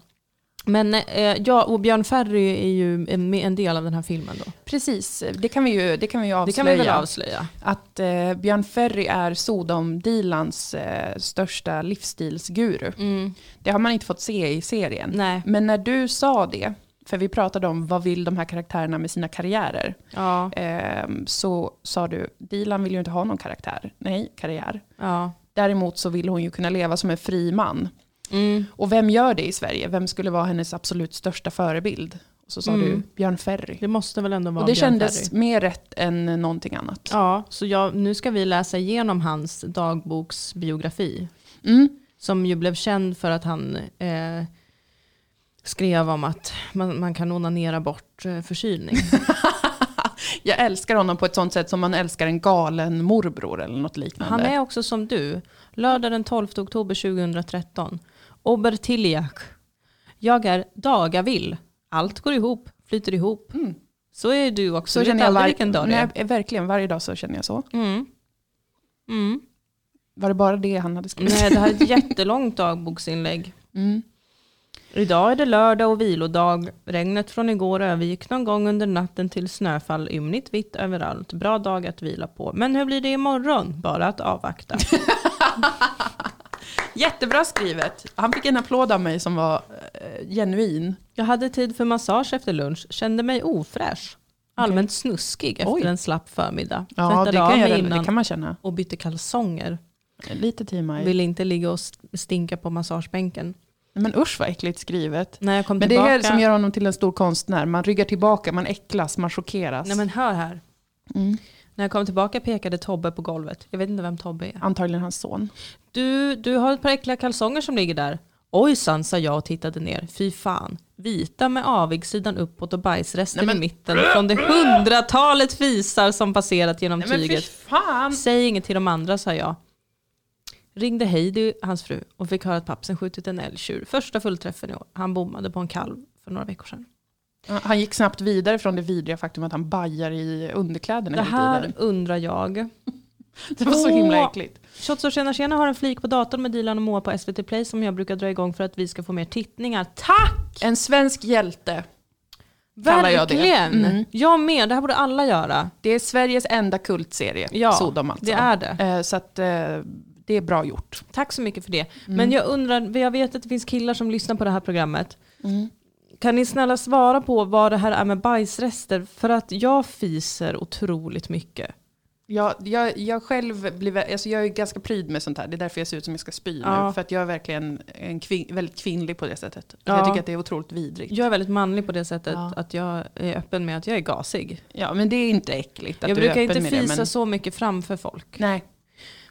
Men eh, ja, och Björn Ferry är ju en, en del av den här filmen då.
Precis, det kan vi ju, det kan vi ju avslöja.
Det kan vi väl avslöja.
att eh, Björn Ferry är Sodom-Dilans eh, största livsstilsguru. Det har man inte fått se i serien.
Mm. Nej.
Men när du sa det, för vi pratade om vad vill de här karaktärerna med sina karriärer,
Ja.
ehm, så sa du, Dilan vill ju inte ha någon karaktär, nej, karriär.
ja.
Däremot så vill hon ju kunna leva som en fri man.
Mm.
Och vem gör det i Sverige? Vem skulle vara hennes absolut största förebild? Och så sa
Mm.
du Björn Ferry.
Det måste väl ändå vara
Och det
Björn
kändes
Ferry.
mer rätt än någonting annat.
Ja, så jag, nu ska vi läsa igenom hans dagboksbiografi.
Mm.
Som ju blev känd för att han eh, skrev om att man, man kan onanera bort eh, förkylning.
Jag älskar honom på ett sånt sätt som man älskar en galen morbror eller något liknande.
Han är också som du. Lördag den 12 oktober 2013. Obertiljak. Jag är dagavill. Allt går ihop, flyter ihop. Så är du också.
Mm. så
du
känner
vet
jag
aldrig
var-
vilken dag det är.
Nej, eh, verkligen, varje dag så känner jag så.
Mm. Mm.
Var det bara det han hade skrivit?
Nej, det här är ett jättelångt dagboksinlägg.
Mm.
Idag är det lördag och vilodag. Regnet från igår övergick någon gång under natten till snöfall ymnigt vitt överallt. Bra dag att vila på. Men hur blir det imorgon? Bara att avvakta.
Jättebra skrivet. Han fick en applåd av mig som var eh, genuin.
Jag hade tid för massage efter lunch, kände mig ofräsch. Allmänt snuskig efter
Oj.
en slapp förmiddag.
Ja, det
Tvättade av
kan, jag,
mig
redan-
innan
det kan man känna.
och bytte kalsonger.
Lite timar.
Ville inte ligga och st- stinka på massagebänken.
Men usch vad äckligt skrivet.
När jag kom
Men det
Mm, tillbaka...
är det som gör honom till en stor konstnär. Man ryggar tillbaka, man äcklas, man chockeras.
Nej men hör här.
Mm.
När jag kom tillbaka pekade Tobbe på golvet. Jag vet inte vem Tobbe är.
Antagligen hans son.
Du, du har ett par äckliga kalsonger som ligger där. Ojsan, sa jag och tittade ner. Fy fan. Vita med avigsidan uppåt och bajsrester i mitten från det hundratalet fisar som passerat genom tyget.
fan!
Säg inget till de andra, sa jag. Ringde Heidi, hans fru, och fick höra att pappsen skjutit en älgtjur. Första fullträffen i år. Han bommade på en kalv för några veckor sedan.
Han gick snabbt vidare från det vidriga faktum att han bajar i underkläderna
Det
hela
här
tiden.
undrar jag.
Det var så himla
Åh.
äckligt.
28 år senare, senare har en flik på datorn med Dilan och Moa på SVT Play som jag brukar dra igång för att vi ska få mer tittningar. Tack!
En svensk hjälte. Kallar jag det.
Verkligen! Jag,
Mm.
med, det här borde alla göra.
Det är Sveriges enda kultserie,
Ja,
Sodom alltså.
det är det.
Eh, Så att eh, det är bra gjort.
Mm. Tack så mycket för det. Men jag undrar, jag vet att det finns killar som lyssnar på det här programmet. Kan ni snälla svara på vad det här är med bajsrester? För att jag fiser otroligt mycket.
Jag, jag, jag själv blir, vä- alltså jag är ganska pryd med sånt här. Det är därför jag ser ut som jag ska spy
Ja.
nu. För att jag är verkligen en kvin, väldigt kvinnlig på det sättet.
Ja.
Jag tycker att det är otroligt vidrigt.
Jag är väldigt manlig på det sättet
Ja.
att jag är öppen med att jag är gasig.
Ja, men det är inte äckligt att
Jag
du är
brukar inte
öppen med
fisa
det, men...
så mycket framför folk.
Nej.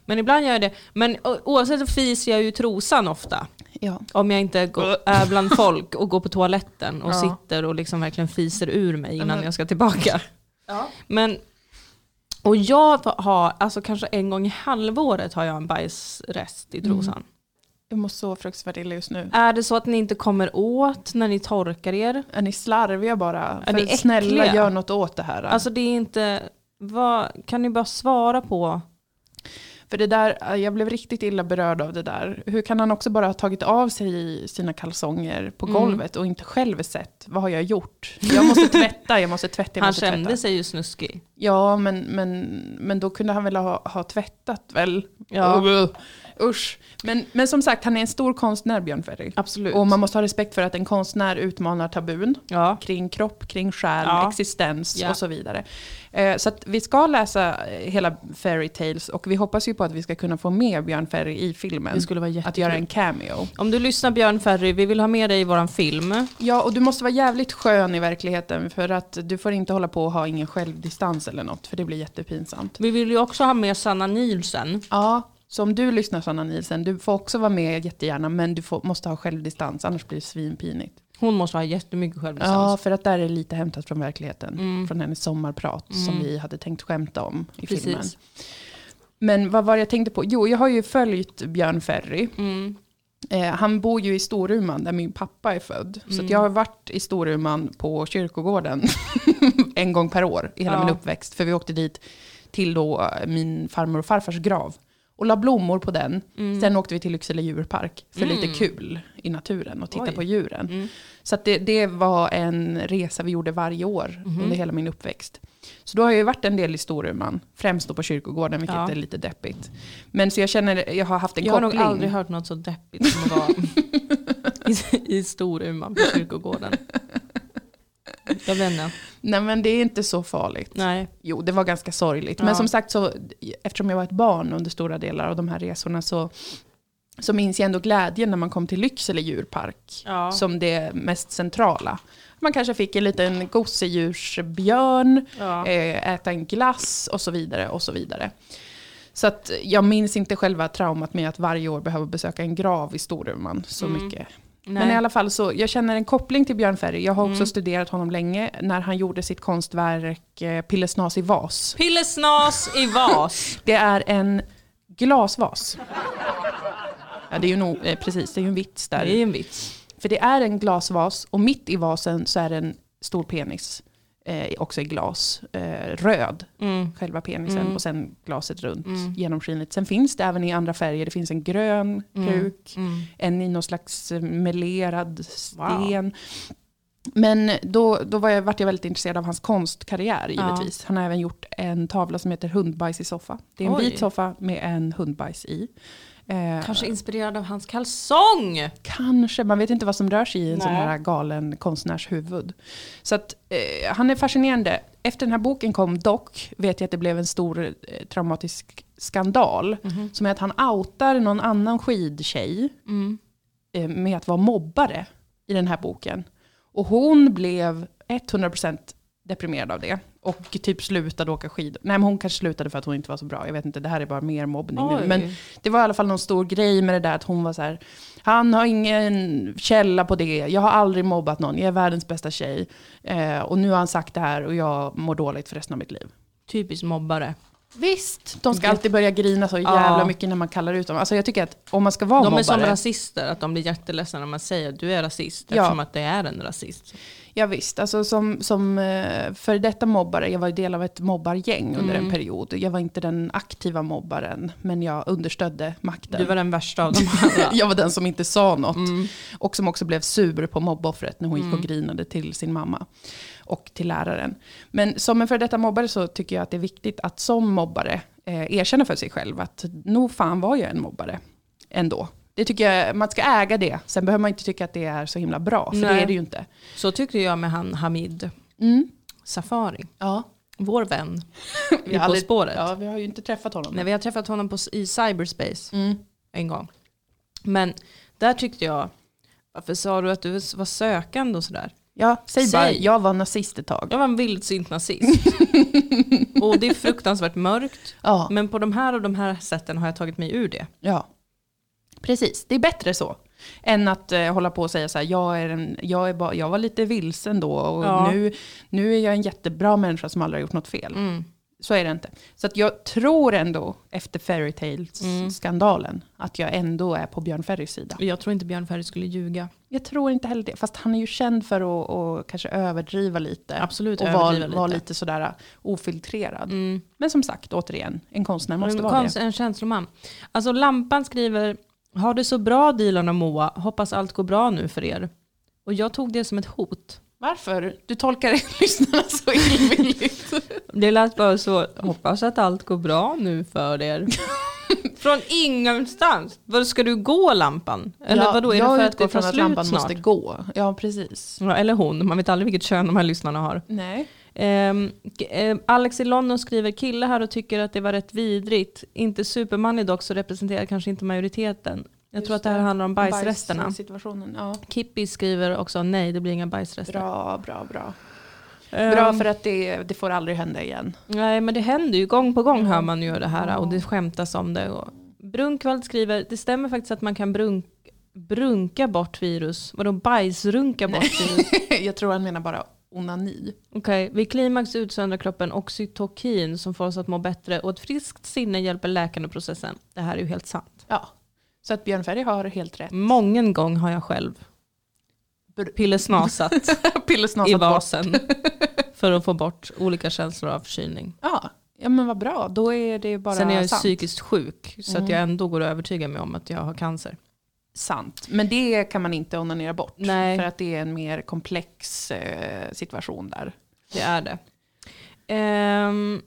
Men ibland gör jag det. Men o- oavsett så fiser jag ju i trosan ofta.
Ja.
Om jag inte går, är bland folk och går på toaletten och
Ja.
sitter och liksom verkligen fiser ur mig innan
men-
jag ska tillbaka.
Ja.
Men, och jag har, alltså kanske en gång i halvåret har jag en bajsrest i
Mm.
trosan.
Jag mår så fruktansvärt illa just nu.
Är det så att ni inte kommer åt när ni torkar er?
Är ni slarviga bara?
Är ni
För snälla
äckliga?
gör något åt det här.
Alltså det är inte, vad, kan ni bara svara på?
För det där, jag blev riktigt illa berörd av det där. Hur kan han också bara ha tagit av sig sina kalsonger på
Mm.
golvet och inte själv sett, vad har jag gjort? Jag måste tvätta, jag måste tvätta, jag
Han
måste tvätta.
kände sig ju snuskig.
Ja, men, men, men då kunde han väl ha, ha tvättat väl?
Ja.
Ugh. Usch. Men, men som sagt, han är en stor konstnär, Björn Ferry.
Absolut.
Och man måste ha respekt för att en konstnär utmanar tabun
ja.
kring kropp, kring själ,
Ja.
existens
Ja.
och så vidare. Eh, så att vi ska läsa eh, hela Fairy Tales och vi hoppas ju på att vi ska kunna få med Björn Ferry i filmen.
Det skulle vara
att
jättekul.
göra en cameo.
Om du lyssnar Björn Ferry, vi vill ha med dig i våran film.
Ja, och du måste vara jävligt skön i verkligheten för att du får inte hålla på och ha ingen självdistans eller något för det blir jättepinsamt.
Vi vill ju också ha med Sanna Nielsen.
Ja, så om du lyssnar Sanna Nielsen, du får också vara med jättegärna men du får, måste ha självdistans annars blir det svinpinigt.
Hon måste ha jättemycket
Ja,
självdistans.
för att där är det lite hämtat från verkligheten. Från hennes sommarprat som vi hade tänkt skämta om i
Precis.
filmen. Men vad var det jag tänkte på? Jo, jag har ju följt Björn Ferry.
Mm.
Eh, han bor ju i Storuman där min pappa är född. Så
Mm.
att jag har varit i Storuman på kyrkogården en gång per år i hela
Ja.
min uppväxt. För vi åkte dit till då eh, min farmor och farfars grav och la blommor på den.
Mm.
Sen åkte vi till Lycksele djurpark för lite kul i naturen och titta
Oj. Mm.
på djuren. Så att det, det var en resa vi gjorde varje år
Mhm.
under hela min uppväxt. Så då har jag ju varit en del i Storuman, främst då på kyrkogården, vilket
Ja.
är lite deppigt. Men så jag känner, jag har haft en
Jag har
koppling.
nog aldrig hört något så deppigt som att vara i, i Storuman på kyrkogården. Jag vet inte.
Nej men det är inte så farligt.
Nej.
Jo, det var ganska sorgligt.
Ja.
Men som sagt, så, eftersom jag var ett barn under stora delar av de här resorna så, så minns jag ändå glädjen när man kom till Lycksele djurpark
Ja.
som det mest centrala. Man kanske fick en liten gosedjursbjörn,
Ja.
eh, äta en glass och så vidare. Och så vidare. Så att jag minns inte själva traumat med att varje år behöva besöka en grav i Storuman så
Mm.
mycket. Men i alla fall så, jag känner en koppling till Björn Ferry. Jag har
Mm.
också studerat honom länge när han gjorde sitt konstverk eh, Pillesnas i vas.
Pillesnas i vas.
Det är en glasvas. Ja, det är ju nog, eh, precis, det är ju en vits där.
Det är en vits.
För det är en glasvas och mitt i vasen så är det en stor penis. Eh, också i glas. Eh, röd,
Mm.
själva penisen. Och sen glaset runt, genomskinligt. Sen finns det även i andra färger. Det finns en grön
Mm.
kruk. En i någon slags eh, melerad sten. Men då, då var jag, vart jag väldigt intresserad av hans konstkarriär givetvis. Han har även gjort en tavla som heter Hundbajs i soffa. Det är en
Oj.
vit soffa med en hundbajs i. Eh,
Kanske inspirerad av hans kalsong.
Kanske, man vet inte vad som rör sig i en sån
Nej.
här galen konstnärs huvud. Så att, eh, han är fascinerande. Efter den här boken kom dock, vet jag att det blev en stor eh, traumatisk skandal.
Mhm.
Som är att han outar någon annan skidtjej
Mm.
eh, med att vara mobbare i den här boken. Och hon blev 100% deprimerad av det. Och typ slutade åka skidor. Nej men hon kanske slutade för att hon inte var så bra. Jag vet inte, det här är bara mer mobbning
Oj.
nu. Men det var i alla fall någon stor grej med det där att hon var så här. Han har ingen källa på det. Jag har aldrig mobbat någon. Jag är världens bästa tjej. Eh, och nu har han sagt det här och jag mår dåligt för resten av mitt liv.
Typiskt mobbare.
Visst, de ska alltid börja grina så jävla
Ja.
mycket när man kallar ut dem. Alltså jag tycker att om man ska vara
De är som
mobbare.
rasister, att de blir jätteledsna när man säger att du är rasist.
Ja.
Eftersom att det är en rasist.
Ja, visst, alltså som, som eh, före detta mobbare, jag var ju del av ett mobbargäng under
Mm.
en period. Jag var inte den aktiva mobbaren, men jag understödde makten.
Du var den Mm. värsta av dem alla.
jag var den som inte sa något. Och som också blev sur på mobboffret när hon gick
Mm.
och grinade till sin mamma. Och till läraren. Men som en före detta mobbare så tycker jag att det är viktigt att som mobbare eh, erkänna för sig själv att nog fan var jag en mobbare ändå. Det tycker jag, man ska äga det. Sen behöver man inte tycka att det är så himla bra, för
Nej.
det är det ju inte.
Så tyckte jag med han Hamid
Mm.
Safari,
Ja.
vår vän i
har
På
aldrig-
spåret.
Ja, vi har ju inte träffat honom.
När vi har träffat honom på, i cyberspace
Mm.
en gång. Men där tyckte jag, varför sa du att du var sökande och sådär?
Ja, säg,
Säg.
bara, jag var nazist ett tag.
Jag var en vildsint nazist. och det är fruktansvärt mörkt.
Ja,
Men på de här och de här sätten har jag tagit mig ur det.
Mm. ja. Precis, det är bättre så. Än att eh, hålla på och säga så här, jag, är en, jag, är bara, jag var lite vilsen då och
Ja.
nu, nu är jag en jättebra människa som aldrig har gjort något fel.
Mm.
Så är det inte. Så att jag tror ändå, efter Mm. Fairytales-skandalen, att jag ändå är på Björn Ferrys sida.
Jag tror inte Björn Ferry skulle ljuga.
Jag tror inte heller det, fast han är ju känd för att och kanske överdriva lite.
Absolut
och vara
överdriva
lite. Var
lite.
lite sådär eh, ofiltrerad.
Mm.
Men som sagt, återigen, en konstnär måste
Men
vara
konst,
det.
en känsloman. Alltså Lampan skriver, har det så bra Dilan och Moa, hoppas allt går bra nu för er. Och jag tog det som ett hot.
Varför? Du tolkar lyssnarna så illvilligt.
Det lät bara så, hoppas att allt går bra nu för er. Från ingenstans. Var ska du gå Lampan? Eller
Ja,
vadå, är det
jag
för att
utgår
det tar
från att
slut
lampan
snart?
måste gå. Ja, precis.
Ja, Eller hon, man vet aldrig vilket kön de här lyssnarna har.
Nej.
Ehm, k- ehm, Alex i London skriver kille här och tycker att det var rätt vidrigt. Inte supermanlig dock så representerar kanske inte majoriteten. Jag tror att det här handlar om bajsresterna.
Situationen, ja.
Kippi skriver också nej det blir inga bajsrester.
Bra, bra, bra.
Ehm,
Bra för att det, det får aldrig hända igen.
Nej men det händer ju, gång på gång hör man ju det här och det skämtas om det. Och Brunkvald skriver, det stämmer faktiskt att man kan brunk brunka bort virus. Vadå bajsrunka bort virus?
Jag tror han menar bara onani.
Okej, vid klimax utsöndrar kroppen oxytokin som får oss att må bättre och ett friskt sinne hjälper läkandeprocessen. Det här är ju helt sant.
Ja. Så att Björn Ferry har helt rätt.
Mången gång har jag själv
Br-
pillesnasat Mm. i
Pillesnasat bort.
vasen för att få bort olika känslor av förkylning.
Ja. ja, men vad bra. Då är det bara
Sen är jag ju
sant. Mm.
psykiskt sjuk så att jag ändå går och övertygar mig om att jag har cancer.
sant. Men det kan man inte onanera bort.
Nej.
För att det är en mer komplex eh, situation där.
Det är det. Ehm,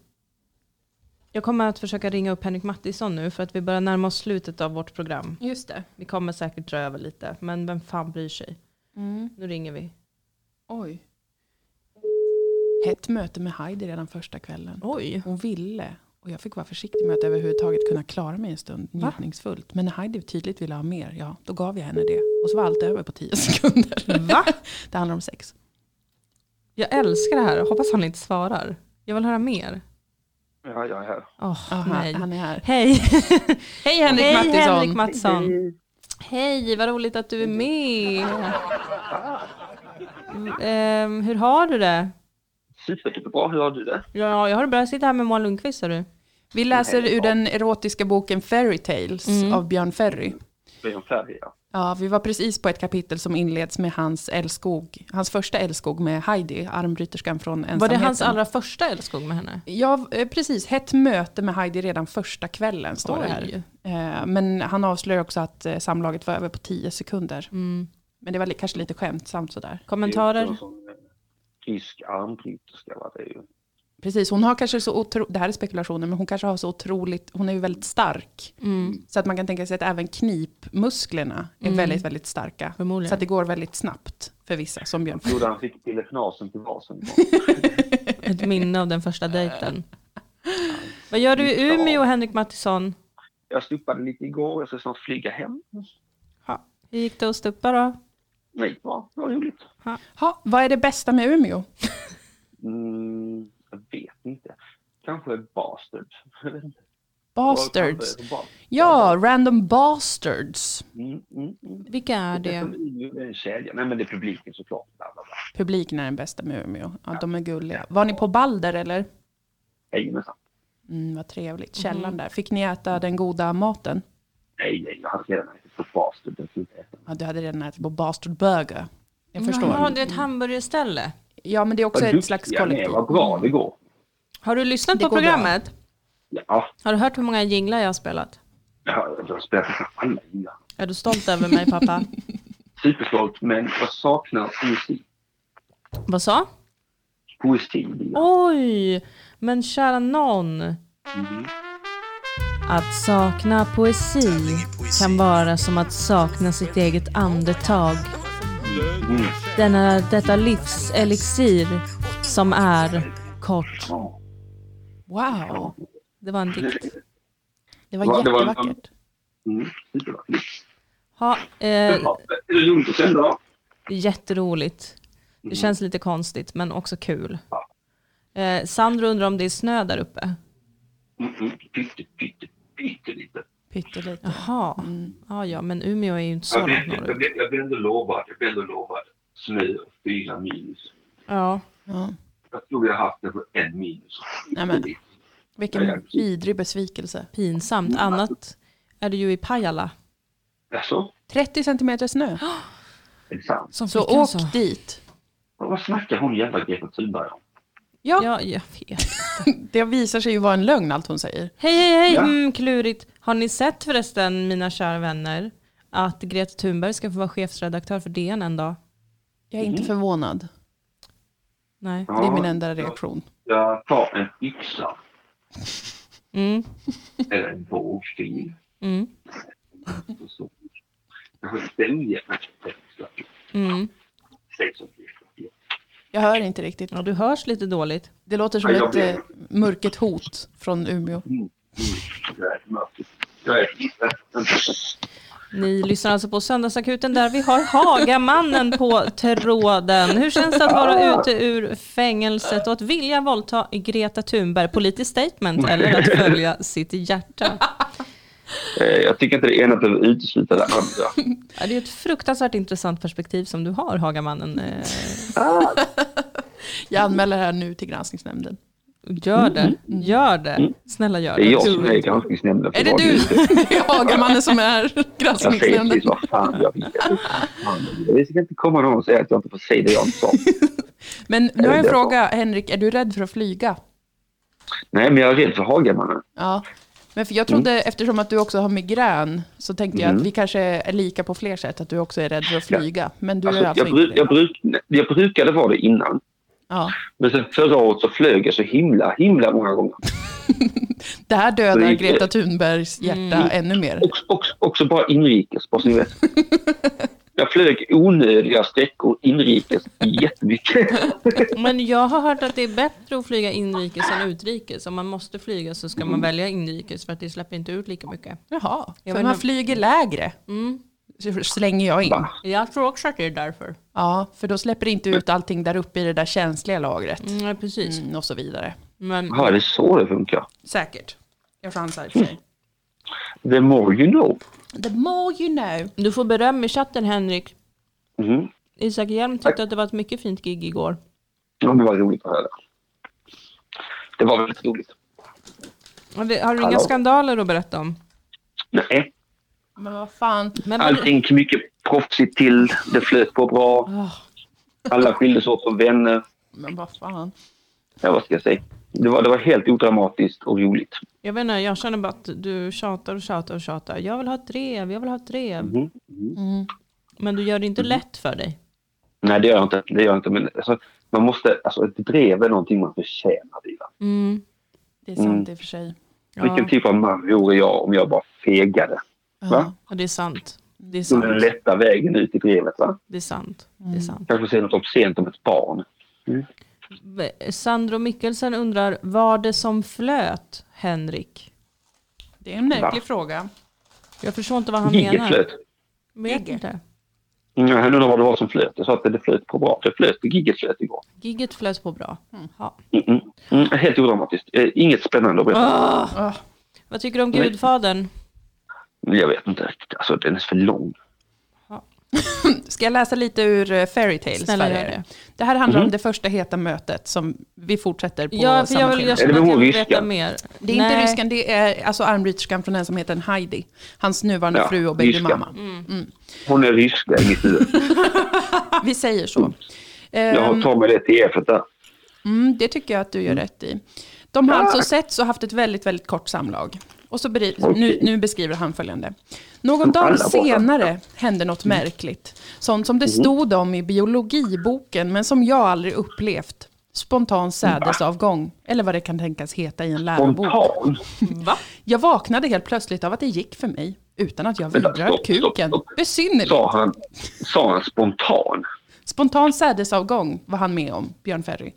jag kommer att försöka ringa upp Henrik Mattisson nu för att vi börjar närma oss slutet av vårt program.
Just det.
Vi kommer säkert dra över lite men vem fan bryr sig? Nu ringer vi.
Mm. Oj. Hett möte med Heidi redan första kvällen.
Oj.
Hon ville, och jag fick vara försiktig med att överhuvudtaget kunna klara mig en stund njutningsfullt. Men när Heidi tydligt ville ha mer, ja, då gav jag henne det. Och så var allt över på tio sekunder.
Va?
Det handlar om sex.
Jag älskar det här. Hoppas han inte svarar. Jag vill höra mer.
Ja, jag är här.
Åh,
Aha,
nej.
Han är här.
Hej. Hej Henrik
Hej,
Mattisson.
Henrik
Hej, vad roligt att du är med. Ehm, hur har du det?
Superduperbra, hur har du det?
Ja, jag har det bra. Jag sitter här med Moa Lundqvist, ser du.
Vi läser ur den erotiska boken Fairy Tales
Mm.
av Björn Ferry.
Björn Ferry, ja.
Ja, vi var precis på ett kapitel som inleds med hans älskog, hans första älskog med Heidi, armbryterskan från ensamheten.
Var det hans allra första älskog med henne?
Ja, eh, precis. Hett möte med Heidi redan första kvällen står det här.
Oj.
Eh, Men han avslöjar också att eh, samlaget var över på tio sekunder.
Mm.
Men det var li- kanske lite skämtsamt sådär.
Det är ju
Kommentarer?
en sån, eh, Rysk armbryterska, va? Det är ju...
Precis, hon har kanske så otro, det här är spekulationer, men hon kanske har så otroligt, hon är ju väldigt stark. Så att man kan tänka sig att även knipmusklerna är väldigt, väldigt starka.
Förmodligen.
Så att det går väldigt snabbt för vissa, som Björn.
Gjorde han fick pillefnasen till vasen.
Ett minne av den första dejten. Vad gör du i Umeå, Henrik Mattisson?
Jag stupade lite igår, jag ska snart flyga hem.
Hur gick det att stuppa då?
Det gick bra, det var roligt.
Ha, vad är det bästa med Umeå?
Mm, jag vet inte. Kanske Bastard. Jag vet inte.
Bastards.
Kanske Bastard.
Ja, random bastards.
Mm, mm, mm.
Vilka är
Det är
det?
som Umeå, det är en kedja. Nej, men det är publiken såklart. Bla, bla, bla.
Publiken är den bästa med Umeå. Ja, de är gulliga. Var ni på Balder eller?
Jajamensan.
Mm, vad trevligt. Källaren där. Fick ni äta den goda maten?
Nej, nej, jag hade redan ätit på Bastard. Jag skulle inte äta.
Ja, du hade redan ätit på Bastard Burger. Jag förstår.
Jaha, det är Mm, ett hamburgerställe.
Ja, men det är också
Vad
ett slags
duktiga ni är,
kollektiv.
Vad bra det går.
Har du lyssnat
Det
på
går bra.
programmet?
Ja,
Har du hört hur många jinglar jag har spelat?
jag jag har spelat nästan alla innan.
Är du stolt över mig pappa?
Superstolt, men jag saknar poesi.
Vad sa?
Poesi.
Oj, men kära någon. Att sakna poesi kan vara som att sakna sitt eget andetag. Denna, detta livselixir som är kort.
Wow,
Det var en dikt.
det var
Va, det var-
jättevackert.
Mm, supervackert.
Ha, eh,
Ja, det är roligt att sända.
jätteroligt. Det känns lite konstigt men också kul. Eh, Sandro undrar om det är snö där uppe?
Mm, mm, Pytte, pytte, pyttelite.
Pyttelite.
Jaha. Ja, ja, men Umeå är ju inte så
Jag
långt
blir- jag
norrut.
blir- jag blir ändå lovad, jag blir ändå lovad snö och fyra minus.
Ja.
Ja.
Jag tror jag har haft det på en minus.
Nej, men-
Ja,
Vilken
ja.
vidrig besvikelse.
Pinsamt. Annat är det ju i Pajala.
Jaså?
30 centimeter snö.
Är det sant?
Som
Så
flickan
åk
sa.
dit.
Vad vad snackar hon jävla Greta Thunberg om?
Ja,
Ja, jag vet.
det visar sig ju vara en lögn allt hon säger.
Hej, hej, hej.
Ja.
Mm, klurigt. Har ni sett förresten, mina kära vänner, att Greta Thunberg ska få vara chefsredaktör för DN en dag?
Jag är inte förvånad.
Nej.
Mm. Ja,
Det är min enda reaktion.
Jag tar en yxa
Mm.
eller en bågfil.
Mm.
och så. Kanske stänger en yxa.
Mm.
Sex och fyra.
Jag hör inte riktigt.
Ja, du hörs lite dåligt.
Det låter som
Ja, jag Mm.
ett
blir-
eh, mörket hot från Umeå.
Jag är mörker. Jag är...
Ni lyssnar alltså på Söndagsakuten där vi har Hagamannen på tråden. Hur känns det att vara ute ur fängelset och att vilja våldta Greta Thunberg? Politiskt statement eller att följa sitt hjärta?
Eh, Jag tycker inte det ena behöver utesluta det andra.
Ja, det är ju ett fruktansvärt intressant perspektiv som du har, Hagamannen. Eh,
Jag anmäler det här nu till granskningsnämnden.
Gör det, gör det. Snälla gör det.
Mm. Det är jag
Do
som är
it.
granskningsnämnden. för
Är det
radio.
du? Det är Hagamannen som är
Jag säger
granskningsnämnden.
precis vad fan jag vill. Fan, Jag ska inte komma någon och säga att jag inte får säga det jag inte sa.
Men nu har jag
det
en
jag
fråga, Henrik. Är du rädd för att flyga?
Nej, men jag är rädd för Hagamannen.
Ja. Men för
Mm.
jag trodde, eftersom att du också har migrän, så tänkte jag att vi kanske är lika på fler sätt, att du också är rädd för att flyga. Men du
Alltså,
är alltså
jag, bru-
inte
jag,
det.
bruk- jag brukade vara det innan.
Ja.
Men sen förra året så flög jag så himla, himla många gånger.
Det här
Så
dödar
gick det-
Greta Thunbergs hjärta
Mm.
ännu mer.
Också, också, också bara inrikes, bara så ni vet. Jag flög onödiga sträckor inrikes jättemycket.
Men jag har hört att det är bättre att flyga inrikes än utrikes. Om man måste flyga så ska
Mm.
man välja inrikes för att det släpper inte ut lika mycket.
Jaha,
Jag
för
vet
man
inte-
flyger lägre.
Mm.
Så slänger jag in.
Jag tror också att det är därför.
Ja, för då släpper det inte ut allting där uppe i det där känsliga lagret.
Mm, ja, precis.
Mm, och så vidare.
Men
Ja, det är så det funkar.
Säkert. Jag chansar i och för sig.
The more you know.
The more you know.
du får beröm i chatten Henrik.
Mhm.
Isak Hjelm tyckte att det var ett mycket fint gig igår.
Ja, det var roligt att höra. Det var väldigt roligt.
Har du, har du inga
Hallå?
skandaler att berätta om?
Nej,
Men vad fan.
Men,
eh, allting gick mycket proffsigt till. Det flöt på bra.
Ah,
Alla skildes åt som vänner.
Men vad fan.
Ja, vad ska jag säga? Det var, det var helt odramatiskt och roligt.
jag vet inte, jag känner bara att du tjatar och tjatar och tjatar. Jag vill ha ett drev, jag vill ha ett drev.
Mhm.
Mm.
Men du gör det
Mm-hmm.
inte lätt för dig.
Nej, det gör jag inte. Det gör jag inte. Men alltså, man måste, alltså, ett brev är någonting man förtjänar. Dilan.
Mm.
Det är sant
Mm.
i och för sig.
Vilken typ av man vore jag om jag bara fegade? Va?
Ja, det är sant. Det är
Så Den
sant.
lätta vägen ut i brevet, va?
Det är sant.
Mm.
Det är sant.
Kanske säga något obscent om ett barn.
V- Sandro Mikkelsen undrar, var det som flöt, Henrik?
Det är en märklig
Va?
fråga.
Jag förstår inte vad han
Gigget
menar.
flöt.
Vet inte.
Mm, Han undrar vad det var som flöt. Jag sa att det flöt på bra. Det flöt. Gigget flöt igår.
Gigget flöt på bra. Ja.
Mm, mm, mm, helt odramatiskt. Eh, inget spännande att berätta.
Ah,
Vad tycker du om
Nej.
Gudfadern?
Jag vet inte. Alltså, den är för lång.
Ska jag läsa lite ur eh, Fairy Tales
Snälla
för
gör
er?
det.
Det här handlar
Mm.
om det första heta mötet som vi fortsätter på
Ja, för
samma
jag vill,
tema.
jag känner
Eller
att
med
jag vill
ryskan.
veta mer.
Det är inte ryskan, det är alltså armbryterskan från den som heter Heidi. Hans nuvarande
Ja,
fru och bägge
ryskan.
mamma.
Hon är rysk i mitt huvud.
Vi säger så.
Ehm.
Jag tar med det till er för att där.
Mm, det tycker jag att du gör rätt i. De har alltså setts och haft ett väldigt, väldigt kort samlag. Och så beri-
Okej.
nu, nu beskriver han följande. Någon
alla
dag
båda.
senare hände något
Mm.
märkligt. Sånt som det stod om i biologiboken, men som jag aldrig upplevt. Spontan sädesavgång, eller vad det kan tänkas heta i en
Ah,
lärobok.
Spontan?
Va?
Jag vaknade helt plötsligt av att det gick för mig, utan att jag
Vänta,
vidrört
stopp, stopp,
kuken.
stopp.
Besynnerligt.
Sa han, sa han spontan?
Spontan sädesavgång var han med om, Björn Ferry.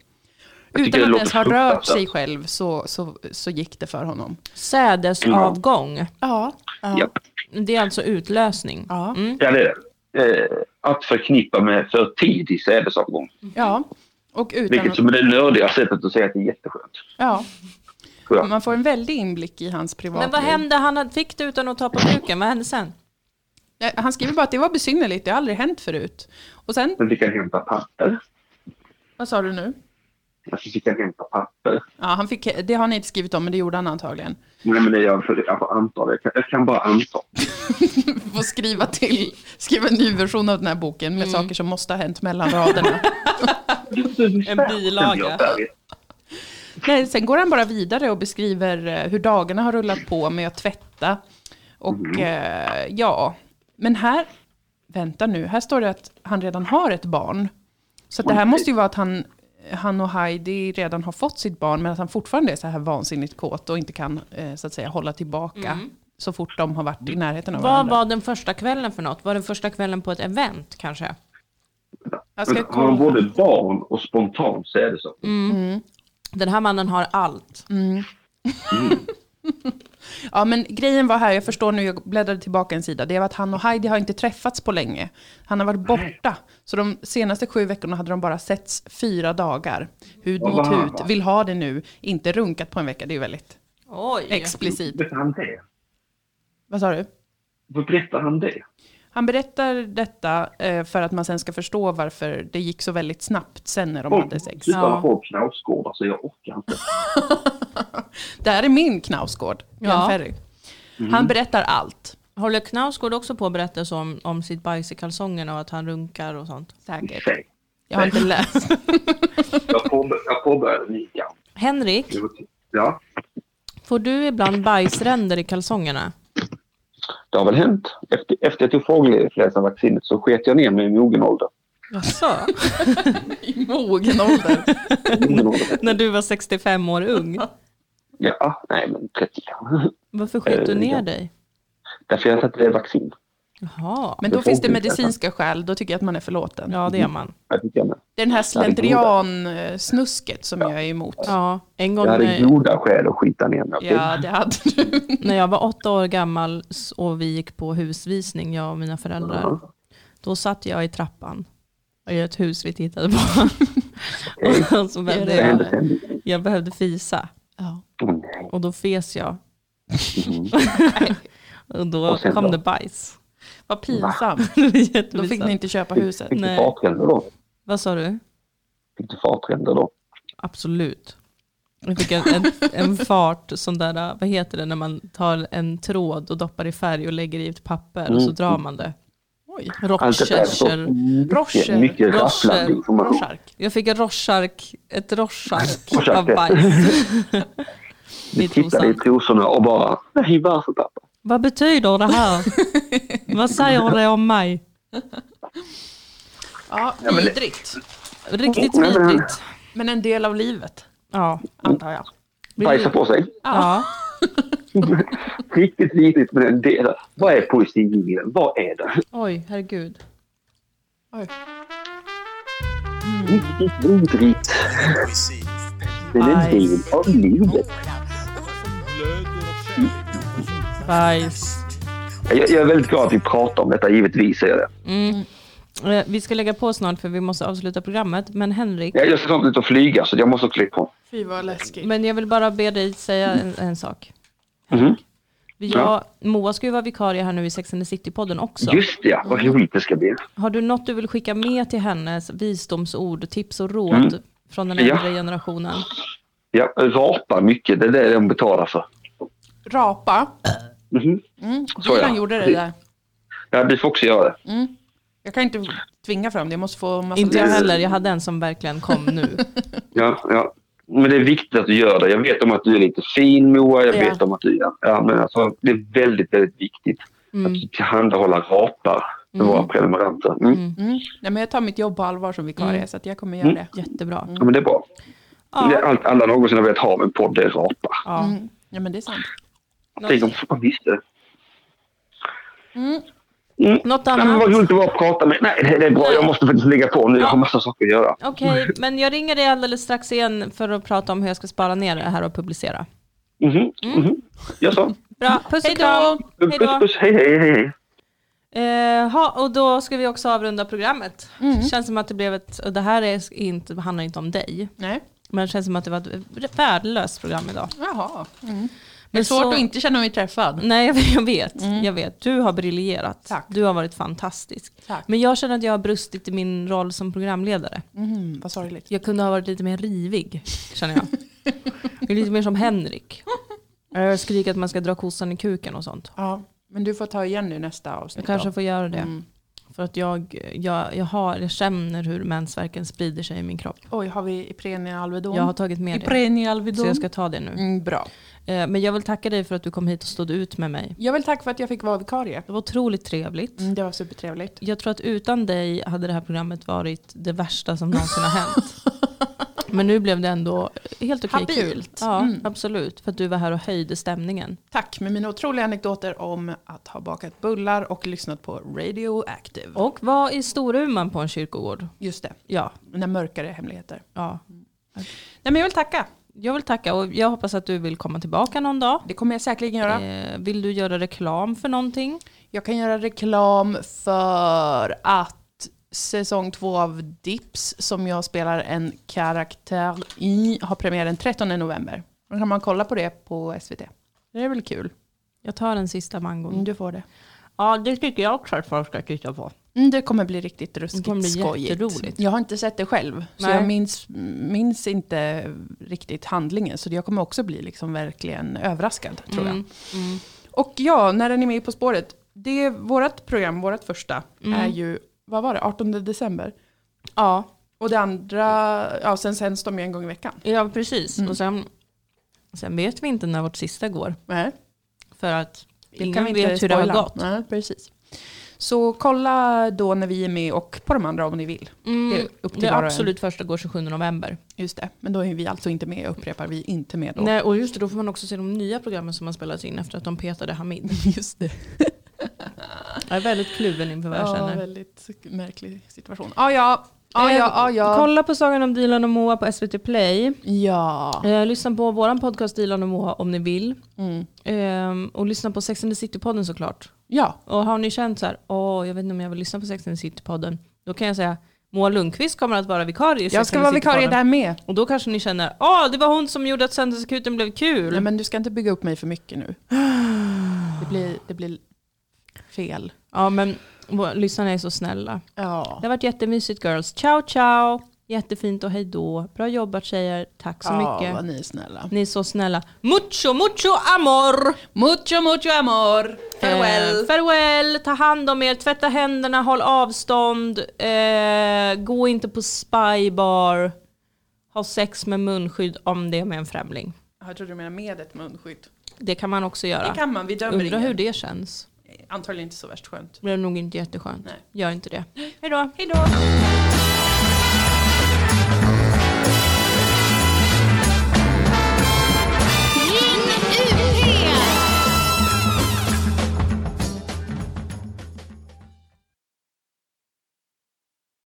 tycker
Utan
det
att
låter
ens ha rört sig
fruktansvärt.
själv så, så, så gick det för honom.
Sädesavgång.
Ja,
Ah.
Japp.
Det är alltså utlösning.
ja,
Ja, det är det. Eh, att förknippa med för tidig sädesavgång.
ja. Och utan
Vilket som är det nördiga sättet att säga att det är jätteskönt.
ja,
Tror jag.
man får en väldig inblick i hans privatliv.
Men vad hände? Han fick det utan att ta på kuken. Vad hände sen?
Ja, Eh, Han skriver bara att det var besynnerligt, det har aldrig hänt förut. Och sen,
Men vi kan hämta papper.
vad sa du nu?
Alltså vi kan hämta papper.
Ja, han fick, det har ni inte skrivit om, men det gjorde han antagligen.
Nej men det är jag för jag får anta det. Jag kan, jag kan bara anta.
Du får skriva till, skriva en ny version av den här boken med
Mm.
saker som måste ha hänt mellan raderna.
En
Jag
bilaga.
färdig.
Nej, sen går han bara vidare och beskriver eh, hur dagarna har rullat på med att tvätta. Och eh, ja, men här, vänta nu, här står det att han redan har ett barn. Så att det här måste ju vara att han, han och Heidi redan har fått sitt barn, men att han fortfarande är så här vansinnigt kåt och inte kan eh, så att säga hålla tillbaka så fort de har varit i närheten av
Vad
varandra.
var den första kvällen för något? Var den första kvällen på ett event kanske?
Jag ska
Men Har han
kolla. Mm.
både barn och spontan sädesavgång?
Den här mannen har allt.
Ja, men grejen var här, jag förstår nu, jag bläddrade tillbaka en sida, det var att han och Heidi har inte träffats på länge. Han har varit borta. Så de senaste sju veckorna hade de bara setts fyra dagar. Hud
Ja,
mot
vad-
hud, vill ha det nu, inte runkat på en vecka, det är ju väldigt
Oj.
explicit.
Berättar han det?
Vad sa du?
Varför berättar han det?
Han berättar detta eh, för att man sen ska förstå varför det gick så väldigt snabbt sen när de
Folk
hade sex.
slutar
Ja.
hålla på och knausgårda så jag orkar inte.
Det här är min Knausgård, Björn
Ja.
Ferry.
Mm.
Han berättar allt,
Håller Knausgård också på att berätta om, om sitt bajs i kalsongerna och att han runkar och sånt?
säkert.
Säg.
Jag har inte läst.
Jag påbör- jag påbörjar lika.
Henrik,
Ja,
får du ibland bajsränder i kalsongerna?
det har väl hänt. Efter, efter jag tog fågelinfluensavaccinet så sket jag ner mig i mogen ålder.
Jaså?
I mogen ålder.
Mogen ålder.
När du var 65 år ung?
Ja, ah, nej men 30 kanske.
Varför sket du
Eh,
ner
ja.
dig?
Därför jag inte det är vaccin.
Jaha.
Men då
Det
finns det
får vi
medicinska skäl, då tycker jag att man är förlåten.
Ja, det är man.
Jag tycker jag med.
Det är den här
Ja, det är
slentrian-snusket som jag är emot.
Ja, en gång
Jag hade
när,
goda skäl att skita ner mig. okej?
Ja, det hade du.
när jag var åtta år gammal s- och vi gick på husvisning, jag och mina föräldrar,
Ja,
då satt jag i trappan i ett hus vi tittade på. och så behövde
Det hände
jag,
sen.
jag behövde fisa
Ja.
Åh, nej.
och då fes jag.
Mhm.
och då
Och sen
kom
då?
det bajs.
Vad pinsamt.
Det är
Då fick
jättevisat.
ni inte köpa huset.
Fick du
Nej.
fartränder då?
Vad sa du?
Fick du fartränder då?
Absolut. Jag fick en, en, en fart, sån där, äh, vad heter det när man tar en tråd och doppar i färg och lägger i ett papper och så
Mm.
drar man det.
Oj.
Allt det där är så
Rockchercher.
Rocher.
mycket, mycket rafflande
Rocher.
information.
Rorschach.
Jag fick en Rorschach, ett Rorschach
Rorschach,
av
ja.
bajs.
Du
I
tittade i
trosan.
trosorna och bara, nej varför pappa?
Vad betyder det här? Vad säger det om mig?
Ja,
men det-
vidrigt.
Riktigt
Oh, Nej, men-
vidrigt.
Men en del av livet,
Ja.
antar jag.
Bajsa på sig.
ja.
Riktigt vidrigt med den delen. Vad är poesigillen? Vad är det?
Oj, herregud.
Riktigt vidrigt. Men en del av livet.
Bajs.
Jag, jag är väldigt glad att vi pratar om detta, givetvis är jag det.
Eh, Vi ska lägga på snart för vi måste avsluta programmet. Men Henrik,
Jag, jag ska snart ut och flyga så jag måste klippa på.
Fy vad läskigt.
men jag vill bara be dig säga en, en sak.
Mhm.
Jag, Moa ska ju vara vikarie här nu i Sex and the City-podden också.
Just det, ja, vad roligt det ska bli.
Har du något du vill skicka med till hennes visdomsord, tips och råd
Mm.
från den
Ja. Alltså,
äldre generationen?
Jag rapar mycket, det är det de betalar för.
Rapa.
Mhm.
Mm.
Så ja.
Dylan gjorde det där.
Ja, du får också göra det.
Jag kan inte tvinga fram det, jag måste få massa...
Inte jag heller, jag hade en som verkligen kom nu.
Ja, ja. Men det är viktigt att du gör det. Jag vet om att du är lite fin Moa, jag
Ja.
vet om att du är... Ja, men alltså, det är väldigt, väldigt viktigt att du tillhandahåller rapar för våra prenumeranter. Mm.
Mm. Nej, men jag tar mitt jobb på allvar som vikarie, så att jag kommer göra det. Mm.
Jättebra.
Ja, men det är bra. Det är
Ja,
allt alla någonsin har velat ha med en podd, det är rapar.
ja.
Mm. Ja, men det är sant.
Tänk om man visste det.
Mm.
Mm.
Något
Nej, men
annat?
vad roligt det var att prata med. Nej, det, det är bra. Jag måste faktiskt lägga på nu. Jag har massa saker att göra.
Okej, men jag ringer dig alldeles strax igen för att prata om hur jag ska spara ner det här och publicera.
Mhm, mhm. Jag så.
Bra, puss och kram.
Puss,
Hej Mm. då.
puss, puss. Hej, hej, hej. hej.
Eh, ha, och då ska vi också avrunda programmet. Känns som att det blev ett, och det här är inte, handlar inte om dig,
Nej.
men det känns som att det var ett värdelöst program idag.
Jaha.
Det är
Mm. Svårt att inte känna mig träffad.
Nej, jag vet. Jag vet. Jag vet. Du har briljerat.
Tack.
Du har varit fantastisk.
Tack.
Men jag känner att jag har brustit i min roll som programledare.
Mm, vad sorgligt.
Jag kunde ha varit lite mer rivig, känner jag. jag är lite mer som Henrik. Jag skriker att man ska dra kossan i kuken och sånt.
Ja, men du får ta igen nu nästa avsnitt.
Jag kanske
då.
får göra det.
Mm.
För att jag, jag, jag, har, jag känner hur mensvärken sprider sig i min kropp.
Oj, har vi Ipren i Alvedon?
Jag har tagit med det.
Ipren i
Så
Alvedon.
jag ska ta det nu.
mm, bra.
Eh, Men jag vill tacka dig för att du kom hit och stod ut med mig.
Jag vill tacka för att jag fick vara vikarie.
Det var otroligt trevligt.
Mm, det var supertrevligt.
Jag tror att utan dig hade det här programmet varit det värsta som någonsin har hänt. Men nu blev det ändå helt okej kul.
Habilt.
Ja, absolut. För att du var här och höjde stämningen.
Tack med mina otroliga anekdoter om att ha bakat bullar och lyssnat på Radioactive.
Och var i Storuman på en kyrkogård.
Just det,
Ja,
mina mörkare hemligheter.
ja.
Nej, men jag vill tacka.
Jag vill tacka och jag hoppas att du vill komma tillbaka någon dag.
Det kommer jag säkerligen göra.
Eh, vill du göra reklam för någonting?
Jag kan göra reklam för att säsong två av Dips, som jag spelar en karaktär i, har premiär den 13 november. Då kan man kolla på det på SVT. Det är väl kul.
Jag tar den sista mangon.
Mm, du får det.
Ja, det tycker jag också att folk ska titta på.
Mm, det kommer bli riktigt ruskigt
Det kommer bli
skojigt.
jätteroligt.
Jag har inte sett det själv, så
Nej.
jag minns, minns inte riktigt handlingen. Så jag kommer också bli liksom verkligen överraskad, tror jag.
Mm.
Och ja, när den är med På spåret. Det är vårt program, vårt första, är ju, vad var det, 18 december?
Mm. Ja,
Och det andra, ja sen sänds de ju en gång i veckan.
ja precis. Och sen, sen vet vi inte när vårt sista går.
Nej,
För att
det
ingen
kan vi inte
vet hur det har
spoila.
gått.
Nej, precis. Så kolla då när vi är med och på de andra om ni vill.
Mm,
Det är upp till
det
var och en.
absolut första går 27 november.
Just det, men då är vi alltså inte med, jag upprepar, vi är inte med då.
Nej, och just det, då får man också se de nya programmen som har spelats in efter att de petade Hamid.
Just det.
Jag är väldigt kluven inför vad jag
Ja,
känner.
väldigt märklig situation. Ah, ja, ah, ja, ah, ja.
Eh, Kolla på Sagan om Dilan och Moa på SVT Play.
Ja.
Eh, lyssna på vår podcast Dilan och Moa om ni vill.
Mm.
Ehm, och lyssna på Sex and the City-podden såklart.
ja,
Och har ni känt så här, åh jag vet inte om jag vill lyssna på Sex and the City-podden, då kan jag säga Moa Lundqvist kommer att vara vikarie i Sex
jag
and
ska
the
vara vikarie
City-podden."
där med.
Och då kanske ni känner, åh det var hon som gjorde att Söndagsakuten blev kul.
Nej, men du ska inte bygga upp mig för mycket nu. Det blir, det blir fel.
Ja men våra lyssnarna är så snälla.
Ja.
Det har varit jättemysigt girls. Ciao ciao. Jättefint och hej då. Bra jobbat tjejer. Tack så
Ja, vad
mycket.
ni är snälla.
Ni är så snälla. Mucho mucho amor.
Mucho, mucho amor.
Eh, farewell. Ta hand om er. Tvätta händerna. Håll avstånd. Eh, gå inte på spybar. Ha sex med munskydd om det är med en främling.
Eh, Jag trodde du menade med ett munskydd.
Det kan man också göra.
Det kan man, vi dömer
Undrar
ingen.
hur det känns.
Antagligen inte så värst skönt.
Det är nog inte jätteskönt.
Nej.
Gör inte det. Hej då.
Hej då!